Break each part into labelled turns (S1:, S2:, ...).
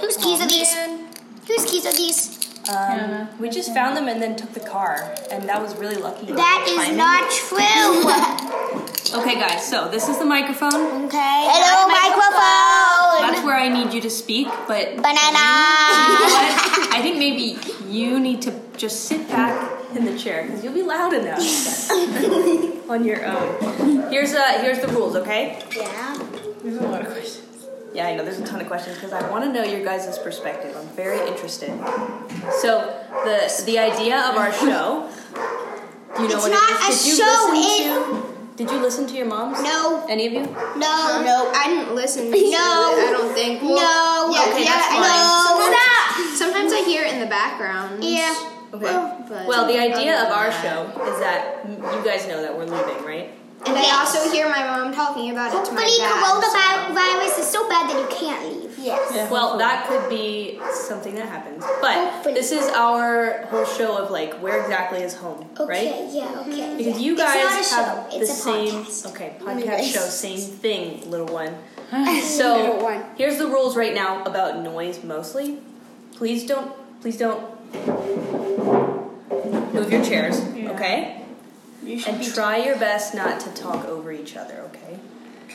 S1: Whose keys are these? Whose keys are these?
S2: Um, we just found them and then took the car, and that was really lucky.
S1: That is not true.
S3: Okay, guys, so this is the microphone.
S1: okay. Hello, microphone.
S3: That's where I need you to speak, but
S1: Banana.
S3: But I think maybe you need to just sit back in the chair because you'll be loud enough on your own. Here's uh here's the rules, okay?
S1: yeah.
S3: There's a lot of questions. Yeah, I know there's a ton of questions because I want to know your guys' perspective. I'm very interested. So the the idea of our show. Do you know
S1: It's
S3: what
S1: not
S3: it
S1: a
S3: is? Did you
S1: show,
S3: listen to? Did you listen to your mom's?
S1: No.
S3: Any of you?
S1: No.
S4: No, I didn't listen. to it, I don't think. Well,
S1: No.
S4: Yeah,
S1: Okay,
S4: yeah,
S1: that's
S4: I-
S1: fine. No.
S4: Sometimes, sometimes I hear it in the background.
S1: Yeah.
S3: Okay.
S4: But
S3: Well, the idea of our
S4: other
S3: show
S4: than
S3: is that you guys know that we're leaving, right?
S4: And
S1: Yes.
S4: I also hear my mom talking about it to my
S1: Hopefully,
S4: dad.
S1: coronavirus is so bad that you can't leave. Yes.
S3: Well, that could be something that happens. But
S1: Hopefully.
S3: this is our whole show of like where exactly is home,
S1: Okay.
S3: right?
S1: Yeah. Okay.
S3: Because you
S1: It's
S3: guys
S1: not a
S3: have
S1: show,
S3: the
S1: it's a
S3: same
S1: podcast.
S3: okay
S1: Anyways.
S3: podcast show, same thing, little one. So
S4: Little one.
S3: here's the rules right now about noise mostly. Please don't, please don't move your chairs, okay?
S2: You should
S3: And try your best not to talk over each other, okay?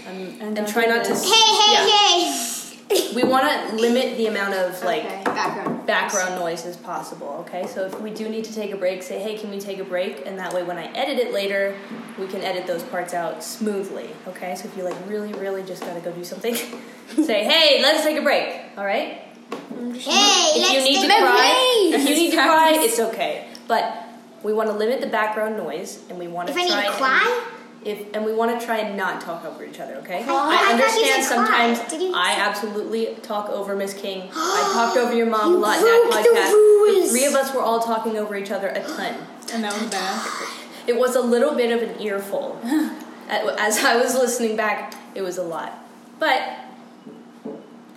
S1: Um,
S2: and,
S3: And try not to.
S1: Hey, hey,
S3: yeah.
S1: hey.
S3: We want to limit the amount of like
S4: okay. background.
S3: background noise as possible, okay? So if we do need to take a break, say, hey, can we take a break? And that way, when I edit it later, we can edit those parts out smoothly, okay? So if you like really, really just gotta go do something, say, hey, let's take a break, all right?
S1: hey,
S3: If
S1: let's
S3: you need to
S1: take a
S3: cry,
S1: break.
S3: if you need to cry, it's okay. But we want to limit the background noise, and we want to
S1: If I
S3: try.
S1: need to
S3: and-
S1: cry?
S3: if and we want to try and not talk over each other. Okay.
S1: Oh, I
S3: I
S1: thought you
S3: understand
S1: said cry.
S3: sometimes
S1: Did you-
S3: I absolutely talk over Miss King. I talked over your mom a
S1: You
S3: lot in that
S1: broke the
S3: podcast.
S1: rules.
S3: The three of us were all talking over each other a ton.
S2: And that was bad.
S3: It was a little bit of an earful. A- As I was listening back, it was a lot. But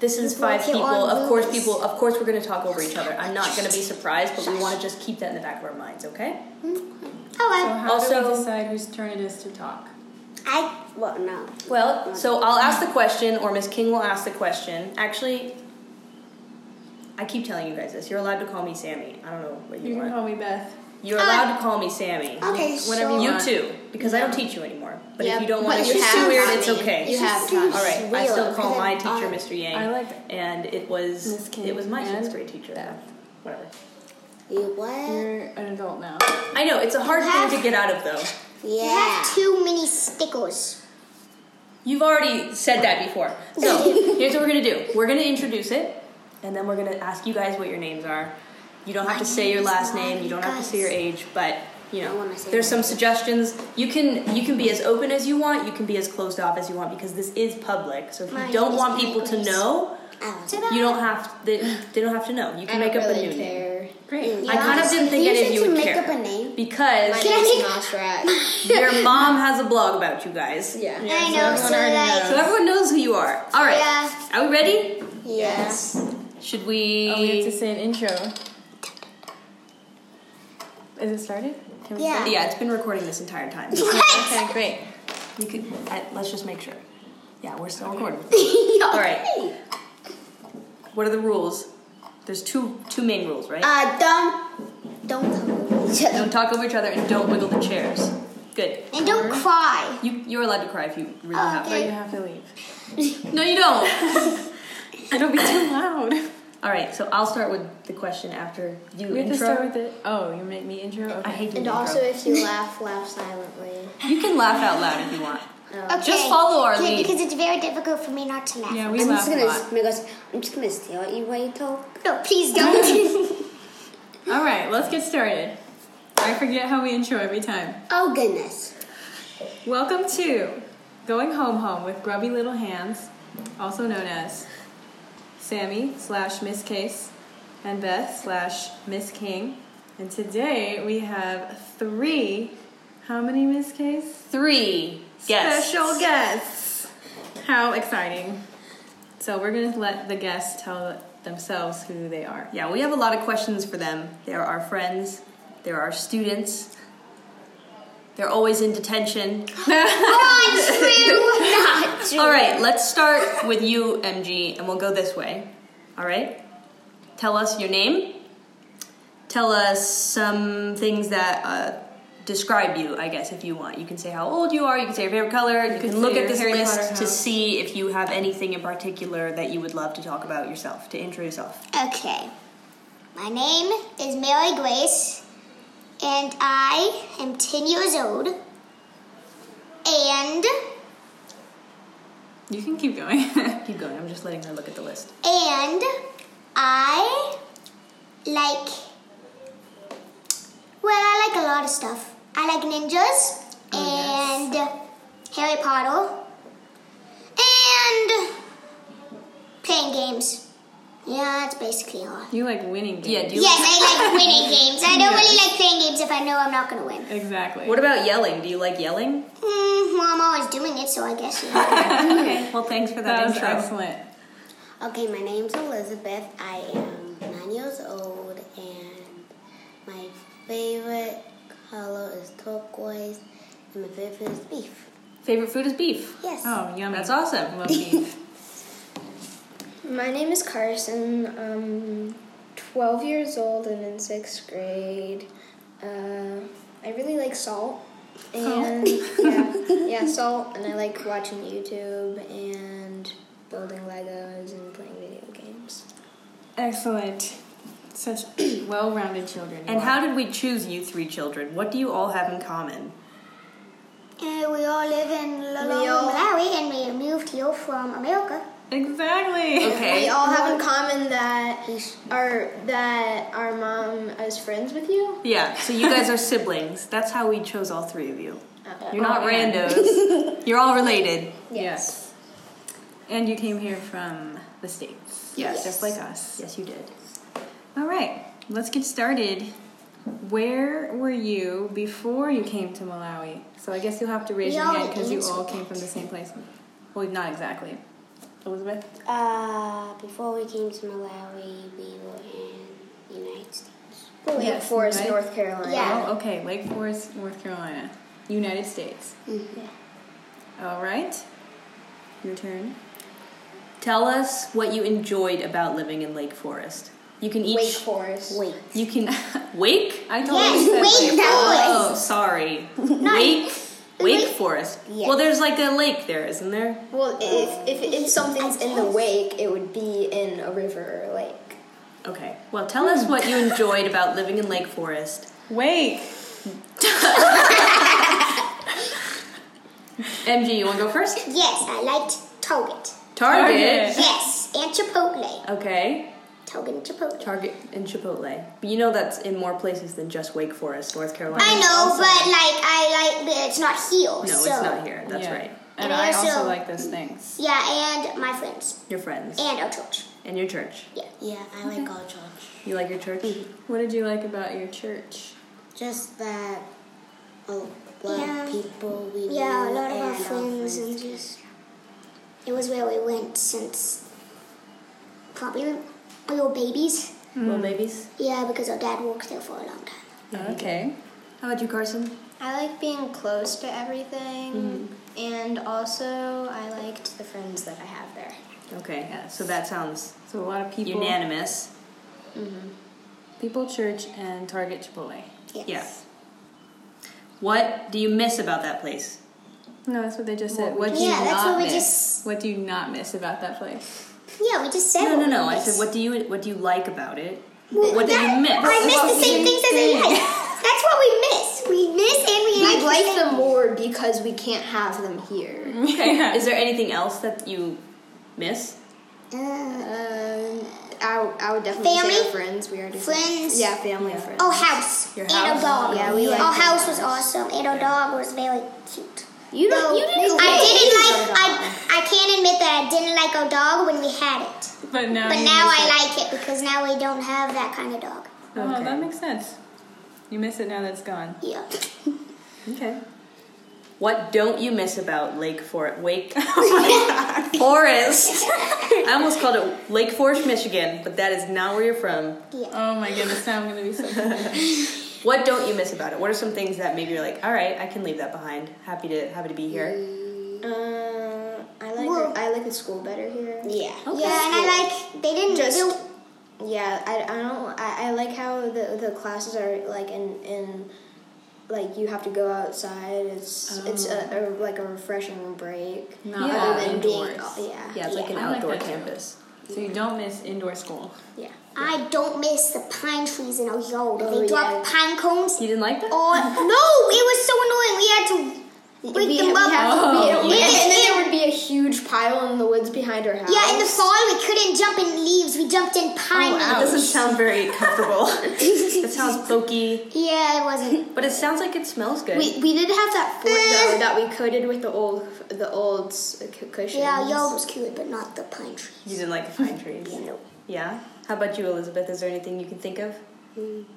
S3: this is
S1: You
S3: five
S1: broke your
S3: people.
S1: own
S3: Of course,
S1: rules.
S3: people. Of course, we're going to talk over each other. I'm not going to be surprised, but we want to just keep that in the back of our minds. Okay?
S2: So
S1: Hello.
S2: how do we
S3: Also-
S2: decide whose turn it is to talk?
S1: I well no.
S3: Well, so I'll ask the question, or Miss King will ask the question. Actually, I keep telling you guys this. You're allowed to call me Sammy. I don't know what you,
S2: You can
S3: want.
S2: call me Beth.
S3: You're allowed to call me Sammy.
S1: Okay.
S2: Whatever
S1: so
S2: you
S3: You
S2: want.
S3: too, because I don't teach you anymore. But
S4: Yeah,
S3: if you don't
S4: but
S3: want
S4: you
S3: to, it's
S4: have
S3: too weird.
S4: taught
S3: It's
S4: me.
S3: okay.
S4: You have
S1: All
S4: taught
S3: All right, I
S1: Weird,
S3: still call
S1: because
S3: my
S1: I'm
S3: teacher
S1: odd.
S3: Mr. Yang,
S2: I like it.
S3: and it was
S2: Miss King
S3: it was my
S2: and
S3: sixth grade teacher. Whatever.
S1: You what?
S2: You're an adult now.
S3: I know it's a hard
S1: have-
S3: thing to get out of though.
S1: Yeah. You have too many stickers.
S3: You've already said that before. So here's what we're gonna do. We're gonna introduce it, and then we're gonna ask you guys what your names are. You don't have to say your last name. You don't have to say your age, but you know
S1: wanna say
S3: there's
S1: my
S3: some suggestions. You can you can be as open as you want. You can be as closed off as you want because this is public. So if
S1: My
S3: you don't
S1: name
S3: want
S1: is
S3: people to
S1: Nicholas.
S3: know,
S1: Oh.
S3: you don't have they, they don't have to know. You can make up a new name.
S4: Mm.
S2: Great.
S3: I kind of didn't think
S1: You
S3: any of
S1: should
S3: you would
S1: make
S3: care
S1: up a name.
S3: because
S1: Can I take-
S3: your mom has a blog about you guys.
S4: Yeah.
S1: I know, so
S3: So
S1: like
S3: everyone knows who you are. All right.
S1: Yeah.
S3: Are we ready?
S1: yes.
S3: Should we?
S2: Oh, we have to say an intro. Is it started? Can we
S1: Yeah.
S3: Yeah, it's been recording this entire time.
S1: What?
S3: Okay, great. You could I, let's just make sure. Yeah, we're still recording. All right. What are the rules? There's two two main rules, right?
S1: Uh, don't don't hug each other
S3: Don't talk over each other and don't wiggle the chairs. Good.
S1: and don't cry.
S3: You you're allowed to cry if you really
S1: Oh,
S3: have
S2: start?
S1: okay.
S2: You have to leave.
S3: to. No, you don't.
S2: I don't be too loud.
S3: All right, so I'll start with the question after you
S2: We have to
S3: intro.
S2: start with it. Oh, you make me intro.
S3: I
S2: Okay.
S3: hate the
S4: And
S3: intro.
S4: also, if you laugh, laugh silently.
S3: you can laugh out loud if you want.
S1: Okay.
S3: Just follow our
S1: Okay,
S3: lead.
S1: because it's very difficult for me not to laugh.
S2: Yeah, we laugh a lot.
S5: I'm just gonna stare at you while you talk.
S1: No, please don't.
S2: All right, let's get started. I forget how we intro every time.
S1: oh goodness.
S2: Welcome to Going Home Home with Grubby Little Hands, also known as Sammy slash Miss Case and Beth slash Miss King. And today we have three, how many Miss Case?
S3: Three. Yes.
S2: Special guests. How exciting. So we're going to let the guests tell themselves who they are.
S3: Yeah, we have a lot of questions for them. They're our friends, they're our students, they're always in detention.
S2: Oh,
S1: Untrue. not true.
S3: All right, let's start with you, MG, and we'll go this way. All right? Tell us your name. Tell us some things that uh, describe you, I guess, if you want. You can say how old you are, you can say your favorite color, you,
S2: can
S3: can look
S2: say
S3: at
S2: your
S3: this
S2: Harry
S3: list
S2: Potter
S3: to
S2: house.
S3: see if you have anything in particular that you would love to talk about yourself, to intro yourself.
S1: Okay. My name is Mary Grace, and I am 10 years old. And,
S2: You can keep going.
S3: Keep going, I'm just letting her look at the list.
S1: and I like, well, I like a lot of stuff. I like ninjas, and Harry Potter, and playing games. Yeah, that's basically all.
S2: you like winning games.
S3: Yeah, do you
S1: Yes, I like winning games. I don't really like playing games if I know I'm not going to win.
S2: Exactly.
S3: What about yelling? Do you like yelling?
S1: Mm, well, I'm always doing it, so I guess you know.
S3: okay, well, thanks for
S2: that
S3: that,
S2: was
S3: intro.
S2: excellent.
S4: Okay, my name's Elizabeth. I am nine years old, and my favorite color is turquoise, and my favorite food is beef.
S3: Favorite food is beef.
S4: Yes.
S2: Oh, yummy.
S3: That's awesome.
S2: Love beef.
S4: My name is Carson. I'm 12 years old and in sixth grade. Uh, I really like salt. And yeah, yeah, salt. And I like watching YouTube and building Legos and playing video games.
S2: Excellent. Such well-rounded children. you
S3: And
S2: are.
S3: how did we choose you three children? What do you all have in common?
S1: Uh, we all live in La-
S4: We
S1: La-
S4: all-
S1: Malawi, and we moved here from America.
S2: Exactly.
S4: We
S3: Okay.
S4: all have in common that our that our mom is friends with you.
S3: Yeah, so you guys are siblings. That's how we chose all three of you. You're not
S2: Oh, man.
S3: randos. You're all related.
S2: Yes. And you came here from the States.
S3: Yes.
S2: Just like us.
S3: Yes, you did.
S2: All right, let's get started. Where were you before you came to Malawi? So I guess you'll have to raise
S1: We
S2: your hand
S1: already
S2: because you all
S1: answered
S2: came from the same place. Well, not exactly. Elizabeth?
S5: Uh, before we came to Malawi, we were in the United States.
S4: Wake
S2: Yes,
S4: Forest,
S2: right?
S4: North Carolina.
S1: Yeah.
S2: Oh, okay. Lake Forest, North Carolina, United States. All right. Your turn.
S3: Tell us what you enjoyed about living in Lake Forest. You can each.
S4: Wake Forest.
S5: Wait.
S3: You can wake.
S2: I told
S1: Yes,
S2: you that
S1: wait,
S3: Oh,
S1: that
S3: sorry. Wake. Wake Forest.
S5: Yeah.
S3: Well, there's like a lake there, isn't there?
S4: Well, if, if if something's in the wake, it would be in a river or lake.
S3: Okay. Well, tell us what you enjoyed about living in Lake Forest.
S2: Wake.
S3: MG, you want to go first?
S1: Yes, I liked Target.
S3: Target.
S1: Yes, and Chipotle.
S3: Okay.
S1: Target and Chipotle.
S3: Target and Chipotle. But you know that's in more places than just Wake Forest, North Carolina.
S1: I know, but like I like, but it's not here.
S3: No,
S1: so.
S3: it's not here. That's
S2: Yeah.
S3: right.
S1: And
S2: And, I
S1: I
S2: also,
S1: also-
S2: like those things.
S1: Yeah, and my friends
S3: Your friends
S1: and our church.
S3: and your church.
S5: Yeah, I like all church.
S3: You like your church?
S1: Mm-hmm.
S2: What did you like about your church?
S5: Just that a lot of people we
S1: Yeah, a
S5: knew
S1: lot of
S5: and
S1: our friends and just. It was where we went since probably we were babies.
S3: Little babies.
S1: Yeah, because our dad worked there for a long time.
S3: Okay. How about you, Carson?
S4: I like being close to everything,
S1: Mm-hmm.
S4: and also I liked the friends that I have there.
S3: Okay. So that sounds
S2: So a lot of people,
S3: unanimous.
S2: people, church, and Target, Chipotle.
S3: Yes. What do you miss about that place?
S2: No, that's what they just said. What do
S1: Yeah,
S2: you
S1: that's
S2: not
S1: what we
S2: miss?
S1: just-
S2: What do you not miss about that place?
S1: Yeah, we just said.
S3: No, no,
S1: what
S3: no.
S1: we
S3: I
S1: missed.
S3: said, what do you what do you like about it?
S1: Well,
S3: what do
S1: that-
S3: you miss?
S1: I miss the same things as I like. That's what we miss. We miss and we
S4: We
S1: like. the
S4: like
S1: same-
S4: them more because we can't have them here.
S3: Is there anything else that you miss?
S1: Uh,
S4: Um, I, w- I would definitely say
S1: Mm-hmm. Family?
S4: our friends. We already said-
S1: Friends? Oh,
S4: Yeah, family and friends.
S1: our house
S3: Your
S1: and
S3: house?
S1: our dog.
S4: Yeah, we like
S1: our
S4: the
S1: house was awesome, and our dog was very cute.
S4: You don't. you didn't.
S1: I
S4: like
S1: didn't
S4: it.
S1: like. I I can't admit that I didn't like our dog when we had it,
S2: But now,
S1: but
S2: you
S1: now
S2: miss
S1: I
S2: it.
S1: like it because now we don't have that kind of dog.
S2: Oh,
S3: Okay.
S2: that makes sense. You miss it now that it's gone.
S1: Yeah.
S3: Okay. What don't you miss about Lake Forest? Wake Forest. I almost called it Lake Forest, Michigan, but that is not where you're from.
S2: Oh my goodness, now I'm gonna be so.
S3: What don't you miss about it? What are some things that maybe you're like, all right, I can leave that behind. Happy to happy to be here.
S4: Um, I like
S1: Well-
S4: I like the school better here.
S5: Yeah.
S1: Yeah, and I like they didn't
S4: Just
S1: do
S4: yeah, I, I don't I, I like how the the classes are like in in like you have to go outside. It's it's a, a like a refreshing break.
S2: Not
S3: Yeah.
S2: all
S4: Other than being-
S2: indoors.
S4: yeah.
S3: Yeah, it's like an
S2: I like
S3: outdoor
S2: that too.
S3: campus.
S2: So you don't miss indoor school.
S4: Yeah.
S1: I don't miss the pine trees in our yard.
S4: Oh,
S1: they drop
S4: yeah.
S1: pine cones.
S2: You didn't like that?
S1: Or no, it was so annoying. We had to break
S4: we,
S1: them
S4: we
S1: up.
S4: have- we-
S2: Oh.
S4: we- and then there would be a huge pile in the woods behind our house.
S1: yeah, in the fall we couldn't jump in leaves. We jumped
S4: Oh,
S1: in pine
S3: That
S1: needles.
S3: doesn't sound very comfortable. it sounds pokey,
S1: Yeah, it wasn't.
S3: but it sounds like it smells good.
S4: We, we did have that fort
S1: Eh.
S4: though that we coated with the old the old s- cu- cushions.
S1: yeah, yard was cute, but not the pine trees.
S3: you didn't like the pine trees.
S1: You know.
S3: Yeah. How about you, Elizabeth? Is there anything you can think of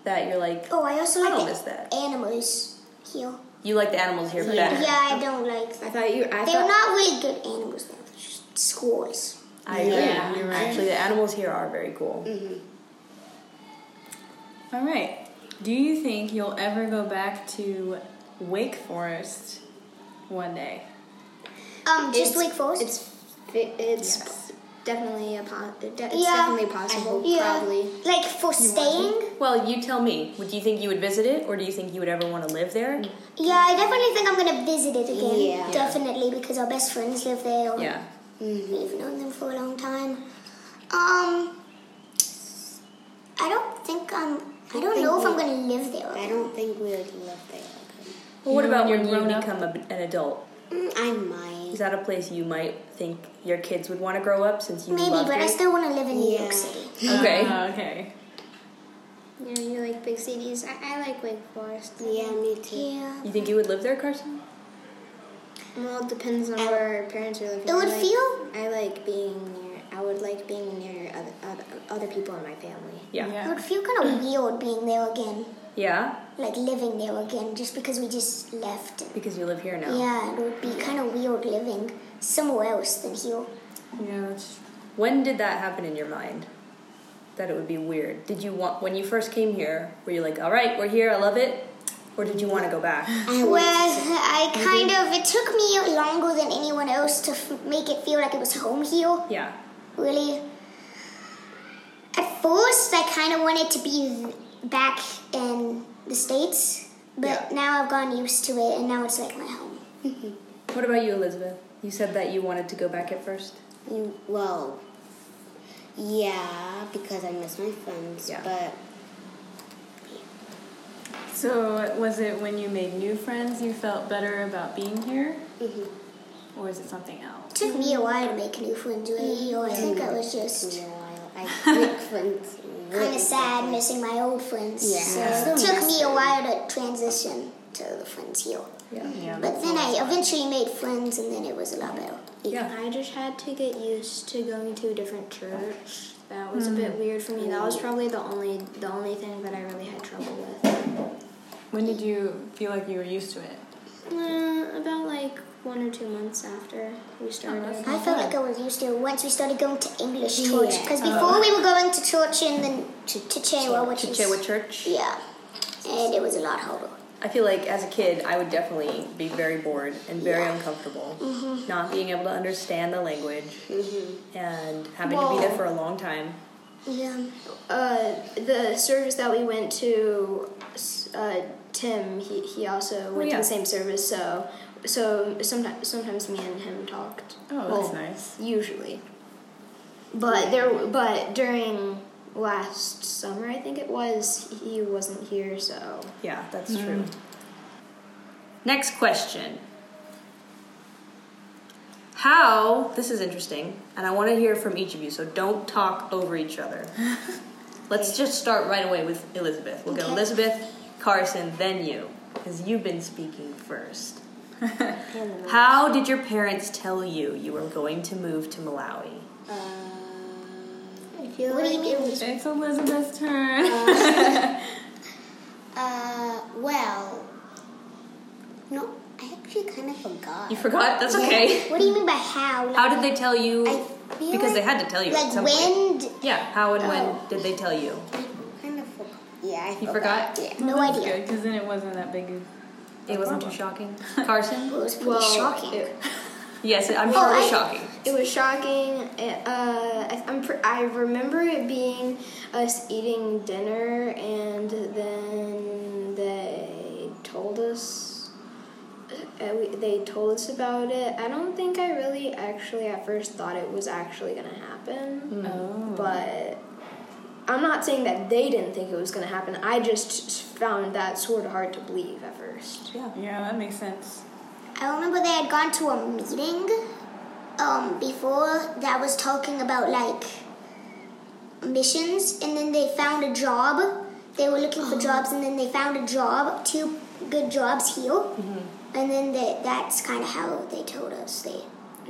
S3: that you're Mm. like?
S1: Oh, I also
S3: I
S1: like
S3: don't
S1: the
S3: miss that.
S1: animals here.
S3: You like the animals here
S1: Yeah,
S3: better.
S1: I don't like
S4: I
S1: them.
S4: thought you. I
S1: They're
S4: thought
S1: not really good animals. They're just squirrels.
S3: I agree.
S2: Yeah, you're right.
S3: Actually, the animals here are very cool.
S2: All right. Do you think you'll ever go back to Wake Forest one day?
S1: Um, just
S4: It's-
S1: Wake Forest.
S4: it's fi- it's
S2: Yes.
S4: definitely a po- it's
S1: Yeah.
S4: definitely possible.
S1: yeah,
S4: Probably.
S1: like for staying.
S3: Well, you tell me. Would you think you would visit it, or do you think you would ever want to live there?
S1: Yeah, I definitely think I'm gonna visit it again.
S4: Yeah. Yeah.
S1: Definitely because our best friends live there. or
S3: Yeah.
S1: We've known them for a long time. Um, I don't think I'm. I don't
S5: think
S1: know if I'm
S5: we-
S1: gonna live there.
S5: I don't think we would live there.
S3: Well, what
S2: You
S3: about
S2: and your
S3: when you
S2: grown-up?
S3: become a, an adult?
S5: okay. I might.
S3: Is that a place you might think your kids would want to grow up since you
S1: Maybe,
S3: love
S1: but I
S3: it?
S1: still want to live in New York
S5: Yeah.
S1: City.
S3: okay.
S2: Ah, okay.
S4: Yeah, you like big cities. I, I like Wake Forest.
S5: Yeah, me too.
S1: Yeah.
S3: you think you would live there, Carson?
S4: Well, it depends on where our parents are living.
S1: It
S4: I
S1: would
S4: like-
S1: feel-
S4: I like being near. I would like being near other other, other people in my family.
S3: Yeah.
S1: It would feel kind of weird being there again,
S3: Yeah?
S1: like living there again, just because we just left.
S3: Because you live here now.
S1: Yeah, it would be kind of weird living somewhere else than here.
S2: Yeah, that's
S3: When did that happen in your mind? That it would be weird. Did you want when you first came here? Were you like, all right, we're here, I love it, or did you want to go back?
S1: Well, I kind of, it took me longer than anyone else to f- make it feel like it was home here,
S3: Yeah.
S1: really. At first, I kind of wanted to be back in the States, but
S3: Yeah.
S1: now I've gotten used to it and now it's like my home.
S3: What about you, Elizabeth? You said that you wanted to go back at first.
S5: Mm, Well, yeah, because I miss my friends,
S3: Yeah.
S5: but
S2: So was it when you made new friends you felt better about being here?
S4: Mm-hmm.
S2: Or is it something else?
S1: It took me a while to make new friends really here. I think I was
S5: for a
S1: just
S5: while I make friends.
S1: kind of sad missing my old friends.
S5: Yeah.
S1: So it took me a while to transition to the friends here.
S3: Yeah.
S2: Yeah.
S1: But then I eventually made friends and then it was a lot better.
S3: Yeah.
S4: I just had to get used to going to a different church. That was a bit weird for me. That was probably the only the only thing that I really had trouble with.
S2: When did you feel like you were used to it?
S4: Uh, about like one or two months after we started.
S3: Oh,
S1: I felt like I was used to it once we started going to English church. Because
S3: Oh,
S1: before we were going to church in the to, to Chewa, which is
S3: Chichewa Church.
S1: yeah, and it was a lot harder.
S3: I feel like as a kid, I would definitely be very bored and very uncomfortable,
S1: Mm-hmm.
S3: not being able to understand the language, and having to be there for a long time.
S1: Yeah,
S4: Uh, the service that we went to, uh, Tim, he, he
S2: Oh,
S4: also went
S3: yeah.
S4: to the same service, so so sometimes sometimes me and him talked.
S2: Oh, that's nice.
S4: Usually, but there but during last summer I think it was he wasn't here, so
S3: Yeah, that's true. Next question. How, this is interesting, and I want to hear from each of you, so don't talk over each other. Let's just start right away with Elizabeth. We'll go
S1: Okay.
S3: Elizabeth, Carson, then you, because you've been speaking first. How did your parents tell you you were going to move to Malawi?
S5: Uh,
S4: I feel
S1: what do you mean?
S2: It's Elizabeth's turn.
S5: uh, well, no, I actually kind of forgot.
S3: You forgot? That's okay.
S1: What do you mean by how? Like,
S3: How did they tell you?
S5: I feel
S3: Because they
S5: like-
S3: had to tell you at
S1: like
S3: some point.
S1: when? d-
S3: Yeah, how and when did they tell you?
S5: I kind of forgot. Yeah, I
S3: You forgot?
S5: Yeah.
S1: No
S2: that's
S1: idea.
S2: good because then it wasn't that big. of-
S3: It wasn't too shocking. Carson?
S1: It was pretty
S4: well
S1: shocking.
S4: it-
S3: Yes, I'm
S1: Well,
S4: Oh,
S3: sure it was
S1: I-
S3: shocking.
S4: It was shocking. It, uh, I- I'm pr- I remember it being us eating dinner, and then they told us. Uh, we, they told us about it. I don't think I really actually at first thought it was actually gonna happen,
S2: Oh.
S4: but I'm not saying that they didn't think it was gonna happen. I just found that sort of hard to believe at first.
S2: Yeah. Yeah, that makes sense.
S1: I remember they had gone to a meeting um, before that was talking about like missions, and then they found a job. They were looking for jobs, and then they found a job, two good jobs here, and then they, that's kind of how they told us they.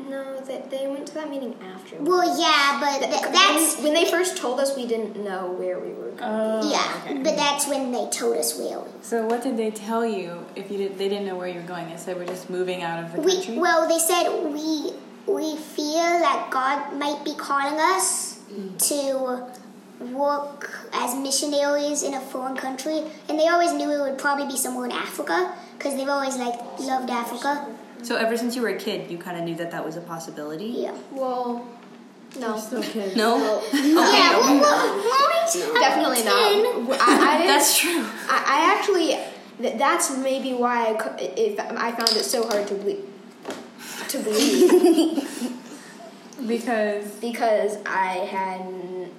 S4: No, they, they went to that meeting after.
S1: Well, yeah, but th- that's
S4: when, when they first told us, we didn't know where we were going.
S1: yeah, but that's when they told us where we.
S2: So what did they tell you if you did, they didn't know where you were going? They said we're just moving out of the country.
S1: We well, they said we we feel that God might be calling us to work as missionaries in a foreign country, and they always knew it would probably be somewhere in Africa because they've always like loved Africa.
S3: So ever since you were a kid, you kind of knew that that was a possibility.
S1: Yeah.
S4: well, no,
S3: No,
S1: yeah. Well, well, well, we-
S4: definitely not. W- I, I didn't-
S3: that's true.
S4: I, I actually. Th- that's maybe why I, cou- if I found it so hard to believe. To believe
S2: Because
S4: because I had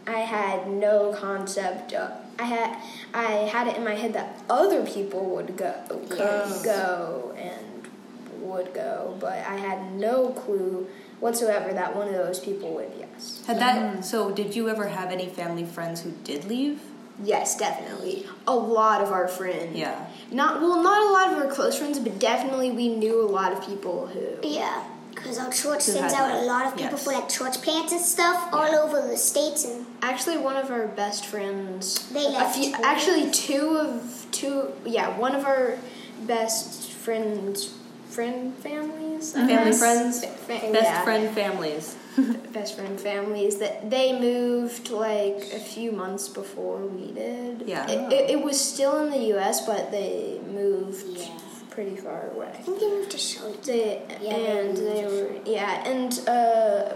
S4: I had no concept. Of, I had I had it in my head that other people would go could go and would go, but I had no clue whatsoever that one of those people would. Yes.
S3: Had that? So did you ever have any family friends who did leave?
S4: Yes, definitely. A lot of our friends.
S3: Yeah.
S4: Not well, not a lot of our close friends, but definitely we knew a lot of people who.
S1: Yeah. Because our church
S3: Who
S1: sends out
S3: had
S1: a
S3: that?
S1: lot of people
S3: Yes.
S1: for like church plants and stuff all over the states and
S4: Actually, one of our best friends.
S1: They left
S4: A few,
S1: too.
S4: actually, two of two. Yeah, one of our best friends, friend families. I
S3: Family
S4: guess.
S3: friends,
S4: Fa-
S3: best
S4: yeah,
S3: friend families.
S4: best friend families that they moved like a few months before we did.
S3: Yeah.
S4: It, it, it was still in the U.S., but they moved
S5: Yeah.
S4: pretty far away.
S1: I think they moved to Charlotte.
S4: They,
S5: Yeah,
S4: and
S5: they
S4: they were yeah and uh,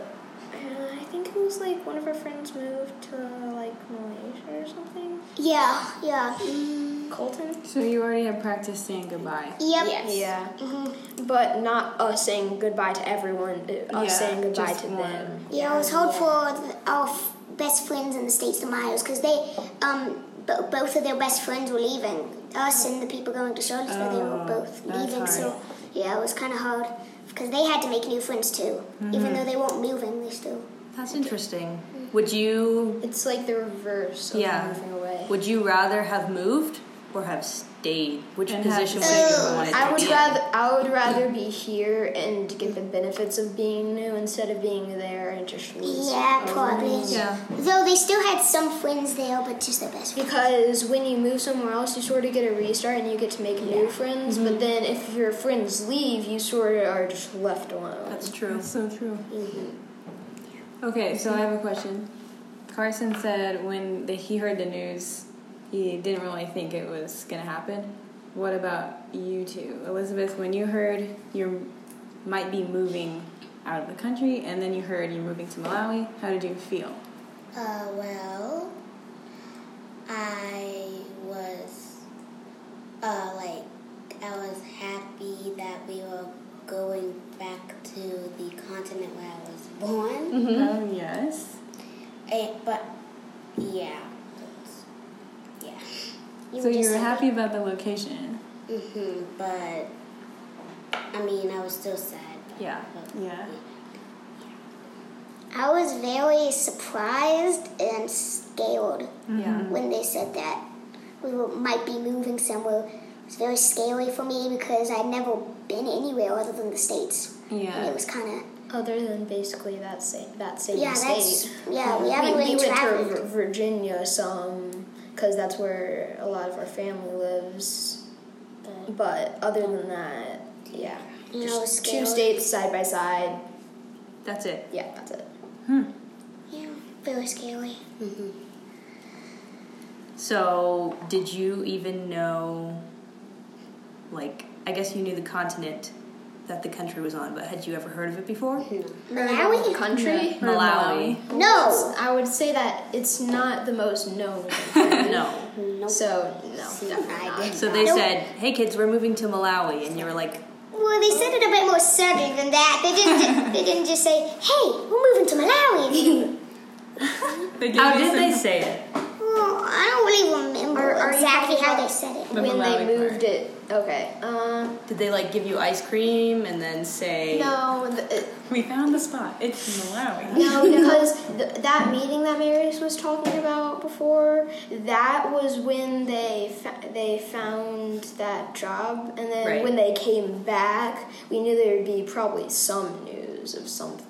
S4: I think it was like one of our friends moved to like Malaysia or something.
S1: Yeah. Yeah. Mm,
S4: Colton.
S2: so you already had practice saying goodbye.
S1: yep.
S4: Yeah. Mm-hmm. But not us saying goodbye to everyone. uh, Us
S2: Yeah,
S4: saying goodbye
S2: just
S4: to them.
S2: one.
S1: Yeah, it was hard for th- our f- best friends in the States, the Myers, because they, um, b- both of their best friends were leaving. Us and the people going to Charlottesville, they were
S2: Oh,
S1: both
S2: that's
S1: leaving. So,
S2: hard.
S1: yeah, it was kind of hard because they had to make new friends too. Even
S2: Mm-hmm.
S1: though they weren't moving, they still.
S3: That's interesting. Would you
S4: It's like the reverse of
S3: Yeah.
S4: moving away.
S3: would you rather have moved or have stayed? Which
S2: And have
S3: position would
S2: stayed.
S3: you
S4: Oh,
S3: want to
S4: I would
S3: be in?
S4: rather I would rather be here and get the benefits of being new instead of being there and just lose
S1: Yeah, probably.
S3: Yeah.
S1: Though they still had some friends there, but just their best friends.
S4: Because when you move somewhere else, you sort of get a restart and you get to make new friends. But then if your friends leave, you sort of are just left alone.
S3: That's true.
S2: That's so true. Mm-hmm. Okay, so I have a question. Carson said when the, he heard the news, he didn't really think it was going to happen. What about you two? Elizabeth, when you heard you might be moving out of the country and then you heard you're moving to Malawi, how did you feel?
S5: Uh, well, I was, uh, like, I was happy that we were going back to the continent where I was born.
S2: Oh, yes.
S5: Eh, but, yeah. that's- Yeah.
S2: so you
S5: just
S2: were
S5: like-
S2: happy about the location.
S5: hmm but, I mean, I was still sad.
S2: Yeah. Yeah.
S1: I was very surprised and scared.
S2: Yeah.
S1: when they said that we were, might be moving somewhere. It was very scary for me because I'd never been anywhere other than the States. And it
S2: Yeah.
S1: was kind of,
S4: Other than basically that same that same
S1: yeah, that's,
S4: state.
S1: yeah, we
S4: we,
S1: haven't
S4: we
S1: really
S4: went
S1: traveled.
S4: to Vir- Virginia some because that's where a lot of our family lives. But other than that, yeah,
S1: You know,
S4: just two
S1: scaled.
S4: states side by side.
S3: That's it.
S4: Yeah, that's it.
S1: Yeah, very scary.
S3: So, did you even know, like, I guess you knew the continent, that the country was on, but had you ever heard of it before?
S1: Malawi?
S4: Country?
S3: Malawi.
S1: No.
S4: I would say that it's not the most known.
S3: No.
S5: Nope.
S4: So no, definitely
S5: I
S4: not.
S5: did
S3: So
S5: not.
S3: they
S1: Nope.
S3: said, "Hey kids, we're moving to Malawi," and you were like,
S1: Well, they said it a bit more sudden than that. They didn't. ju- they didn't just say, "Hey, we're moving to Malawi."
S2: They gave
S3: "How
S2: me
S3: did
S2: some-
S3: they say it?"
S1: well, I don't really remember
S4: Are- are you
S1: exactly
S4: talking
S1: how they
S4: about-
S1: said it.
S2: The
S4: when
S2: Malawi
S4: they moved
S2: part.
S4: it. Okay. Um.
S3: Did they like give you ice cream and then say,
S4: No. The, it,
S2: We found the spot. It's Malawi.
S4: No, because th- that meeting that Marius was talking about before, that was when they fa- they found that job, and then
S3: Right.
S4: when they came back, we knew there would be probably some news of something.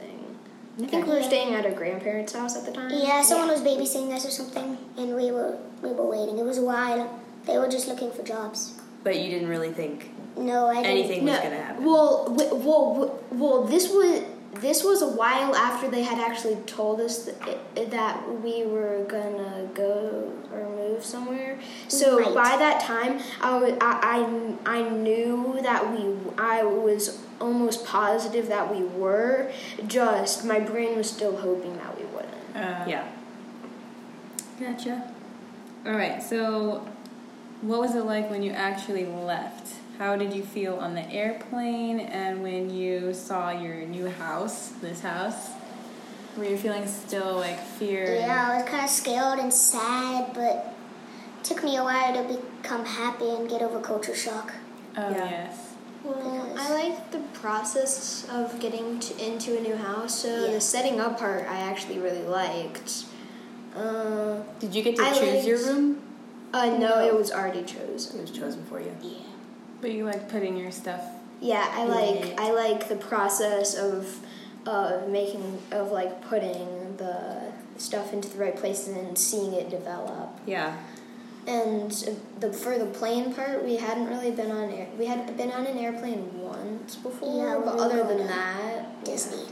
S4: I think we were staying at our grandparents' house at the time.
S1: Yeah, someone was babysitting us or something, and we were we were waiting. It was a while. They were just looking for jobs.
S3: but you didn't really think
S1: No, I didn't.
S3: anything was gonna happen?"
S4: Well, w- well, w- well. This was this was a while after they had actually told us that, that we were gonna go or move somewhere. So
S1: Right.
S4: by that time, I, wa- I, I I knew that we I was almost positive that we were. Just my brain was still hoping that we wouldn't.
S2: Uh,
S3: yeah.
S2: Gotcha. All right. So, what was it like when you actually left? How did you feel on the airplane and when you saw your new house, this house? Were you feeling still like fear? and-
S1: Yeah, I was kind of scared and sad, but it took me a while to become happy and get over culture shock.
S2: Oh
S3: Yeah.
S2: yes.
S4: Well, I like the process of getting to, into a new house. So
S1: Yeah.
S4: the setting up part, I actually really liked. Uh,
S3: Did you get to
S4: I
S3: choose your
S4: liked-
S3: room?
S4: uh, no, it was already
S3: It
S4: chosen.
S3: was chosen for you.
S5: Yeah.
S2: But you like putting your stuff.
S4: Yeah, I like
S3: Yeah.
S4: I like the process of of making of like putting the stuff into the right place and then seeing it develop.
S3: Yeah.
S4: And the for the plane part, we hadn't really been on air. We had been on an airplane once before,
S1: Yeah,
S4: but
S1: we
S4: other
S1: were
S4: than
S1: on
S4: that,
S1: Disney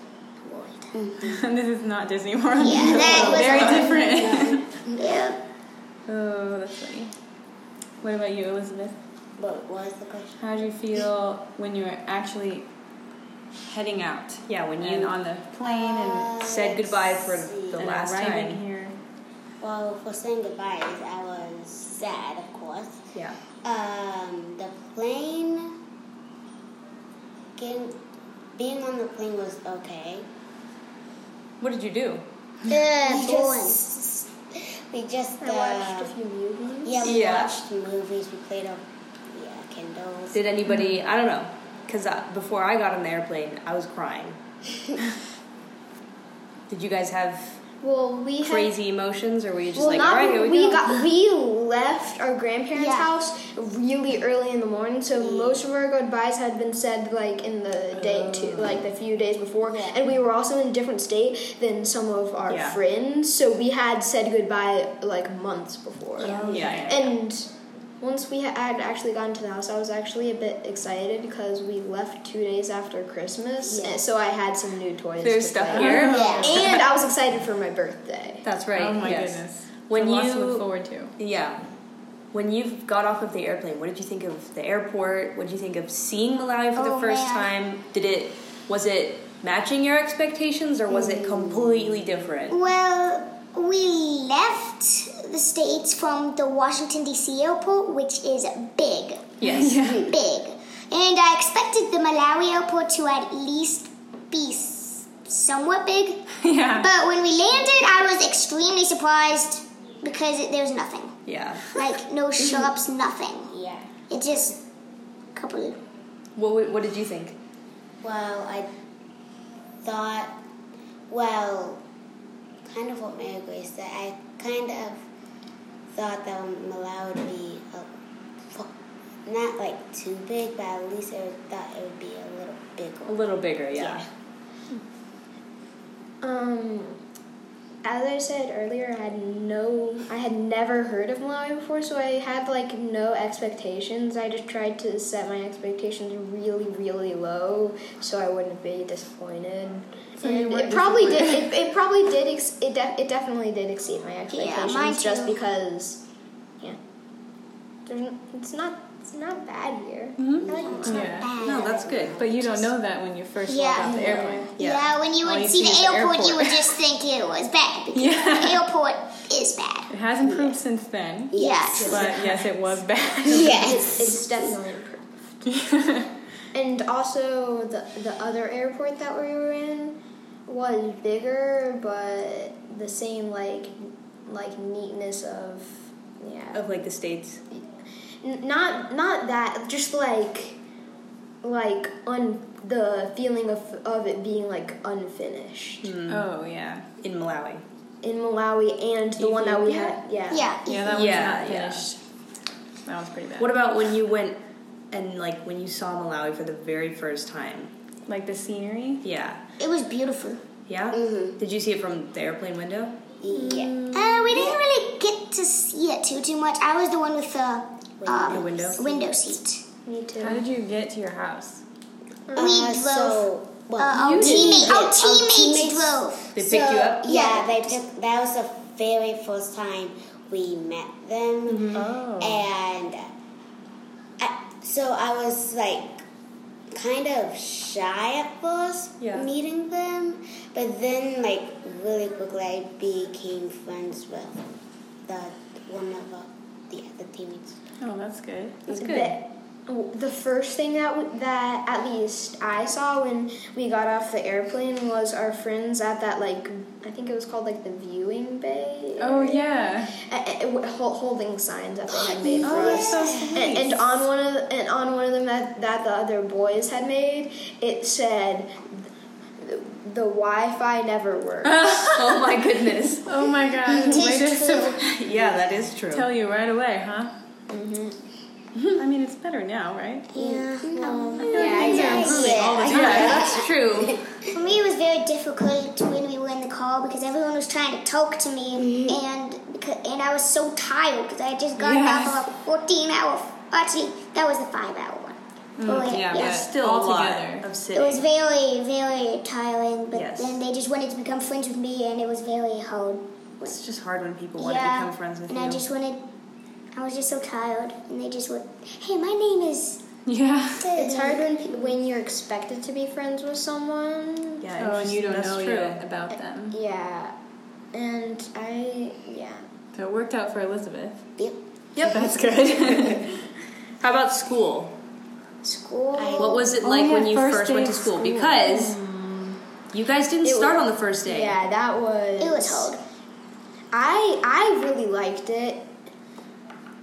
S1: World.
S2: this is not Disney World.
S1: Yeah, that was
S2: very
S1: hard.
S2: different.
S1: Yeah.
S2: oh, that's funny. What about you, Elizabeth?
S5: What was the question?
S2: How did you feel when you were actually heading out
S3: Yeah. When
S2: and
S3: you
S2: on the plane and
S3: said goodbye for the
S2: and
S3: last
S2: arriving
S3: time.
S2: here?
S5: Well, for saying goodbyes, I was sad, of course.
S3: Yeah.
S5: Um, the plane. Getting, being on the plane was okay.
S3: What did you do?
S1: Yeah,
S5: we
S1: boring.
S5: just, we just
S4: Uh, I watched a
S5: uh,
S4: few movies.
S5: yeah, we
S3: Yeah.
S5: watched movies. We played on yeah Kindles.
S3: Did anybody? I don't know. Cause uh, before I got on the airplane, I was crying. did you guys have
S4: Well, we had
S3: crazy emotions, or were you just
S4: well,
S3: like, all
S4: not
S3: right, here
S4: when
S3: we,
S4: we
S3: go?
S4: got we left our grandparents'
S1: Yeah.
S4: house really early in the morning, so
S3: Mm.
S4: most of our goodbyes had been said like in the day
S3: Oh.
S4: too, like the few days before,
S5: Yeah.
S4: and we were also in a different state than some of our
S3: Yeah.
S4: friends, so we had said goodbye like months before,
S3: yeah. yeah.
S4: and. Once we had actually gotten to the house, I was actually a bit excited because we left two days after Christmas,
S5: Yeah.
S4: and so I had some new toys.
S3: There's
S4: to
S3: stuff
S4: play.
S3: here.
S5: Yeah.
S4: and I was excited for my birthday.
S3: That's right.
S2: Oh my
S3: yes.
S2: goodness.
S3: When
S2: It's a lot to
S3: you-
S2: look forward to.
S3: Yeah. When you got off of the airplane, what did you think of the airport? What did you think of seeing Malawi for the
S1: Oh,
S3: first
S1: man.
S3: time? Did it was it matching your expectations or was it completely different?
S1: Well, we left the states from the Washington D.C. airport, which is big,
S3: Yes.
S1: big, and I expected the Malawi airport to at least be s- somewhat big.
S2: yeah.
S1: But when we landed, I was extremely surprised because it, there was nothing.
S3: Yeah.
S1: Like, no shops, nothing.
S5: Yeah.
S1: It just a couple.
S3: What wa- what did you think?
S5: Well, I thought, well, kind of what Mary Grace said. I kind of thought that Malawi would be a, fu- not like too big, but at least I would- thought it would be a little bigger.
S3: A little bigger, yeah.
S4: Um, as I said earlier, I had no, I had never heard of Malawi before, so I had like no expectations. I just tried to set my expectations really, really low, so I wouldn't be disappointed.
S2: So you
S4: and
S2: weren't
S4: it probably
S2: disappointed.
S4: did. It, it probably did. Ex- it, def it definitely did exceed my
S1: Yeah,
S4: expectations.
S1: mine
S4: Just
S1: too.
S4: because, yeah, there's, n- it's not It's not bad here.
S2: Mm-hmm.
S1: No, it's not
S2: Yeah.
S1: bad.
S3: No, that's good.
S2: But you don't know that when you first
S1: Yeah.
S2: walk off the airplane.
S1: Yeah, when you
S2: All
S1: would
S2: you
S1: see,
S2: see is
S1: the
S2: the
S1: airport, you
S2: airport.
S1: would just think it was bad because
S2: Yeah.
S1: the airport is bad.
S2: It has improved since then,
S1: Yes.
S2: but yes, it was bad.
S1: Yes.
S4: It's definitely improved. And also the the other airport that we were in was bigger, but the same like like neatness of yeah
S3: Of like the states.
S4: N- not not that just like like un the feeling of of it being like unfinished
S2: oh yeah,
S3: In Malawi.
S4: in Malawi and the one that we had yeah
S1: Yeah.
S2: yeah,
S3: Yeah,
S2: that was not
S3: yeah.
S2: finished. That was pretty bad.
S3: What about when you went and like when you saw Malawi for the very first time?
S2: like the scenery?
S3: Yeah.
S1: It was beautiful.
S3: Yeah?
S5: Mhm.
S3: Did you see it from the airplane window?
S1: Yeah. Uh, we didn't really get to see it too too much. I was the one with the um,
S3: The window?
S1: window seat.
S4: me too
S2: How did you get to your house?
S1: we drove.
S5: Uh, so, well,
S1: uh, our,
S5: you
S1: teammate,
S5: did.
S1: our teammates,
S5: teammates-
S1: drove.
S3: They picked you up?
S5: Yeah, they took. That was the very first time we met them,
S3: Mm-hmm.
S2: Oh.
S5: and I, so I was like kind of shy at first
S2: Yeah.
S5: meeting them, but then like really quickly I became friends with the one of our, the other teammates.
S2: Oh, that's good. That's good.
S4: The, the first thing that w- that at least I saw when we got off the airplane was our friends at that like I think it was called like the viewing bay.
S2: Oh yeah.
S4: A- a- a- hol- holding signs that they had made for
S2: Oh, that's
S4: us.
S2: so sweet.
S4: And, and on one of the, and on one of them that, that the other boys had made, it said the, the Wi-Fi never works.
S3: oh my goodness.
S2: oh my gosh. Way to sur-
S3: Yeah, that is true.
S2: tell you right away, huh? Mm-hmm. I mean, it's better now, right?
S1: Yeah.
S3: yeah, yeah, all the time. that's true.
S1: For me, it was very difficult when we were in the car because everyone was trying to talk to me,
S3: Mm-hmm.
S1: and because, and I was so tired because I had just gotten
S2: Yes.
S1: off of a fourteen hour. Actually, that was the five hour one.
S3: Mm,
S1: Oh,
S2: yeah,
S1: yes.
S2: but-
S3: Still
S2: All
S3: a lot
S2: together.
S3: of
S1: It
S3: sitting.
S1: was very, very tiring, but
S3: Yes.
S1: then they just wanted to become friends with me, and it was very hard.
S3: it's just hard when people want
S1: yeah,
S3: to become friends with
S1: and
S3: you.
S1: I just wanted. I was just so tired, and they just went, "Hey, my name is."
S2: Yeah.
S4: it's hard when pe- when you're expected to be friends with someone.
S3: yeah,
S2: Oh, and you don't
S3: that's
S2: know
S3: true.
S2: yet about them.
S4: Yeah, and I yeah.
S2: So it worked out for Elizabeth.
S1: Yep.
S3: Yep, that's good. How about school?
S4: School.
S3: What was it
S2: Oh,
S3: like
S2: yeah,
S3: when you
S2: first
S3: first,
S2: day
S3: went to
S2: of
S3: school? Mm.
S2: school.
S3: Because you guys didn't
S4: It
S3: start
S4: was-
S3: on the first day.
S4: Yeah, that was.
S1: It was hard.
S4: I I really liked it.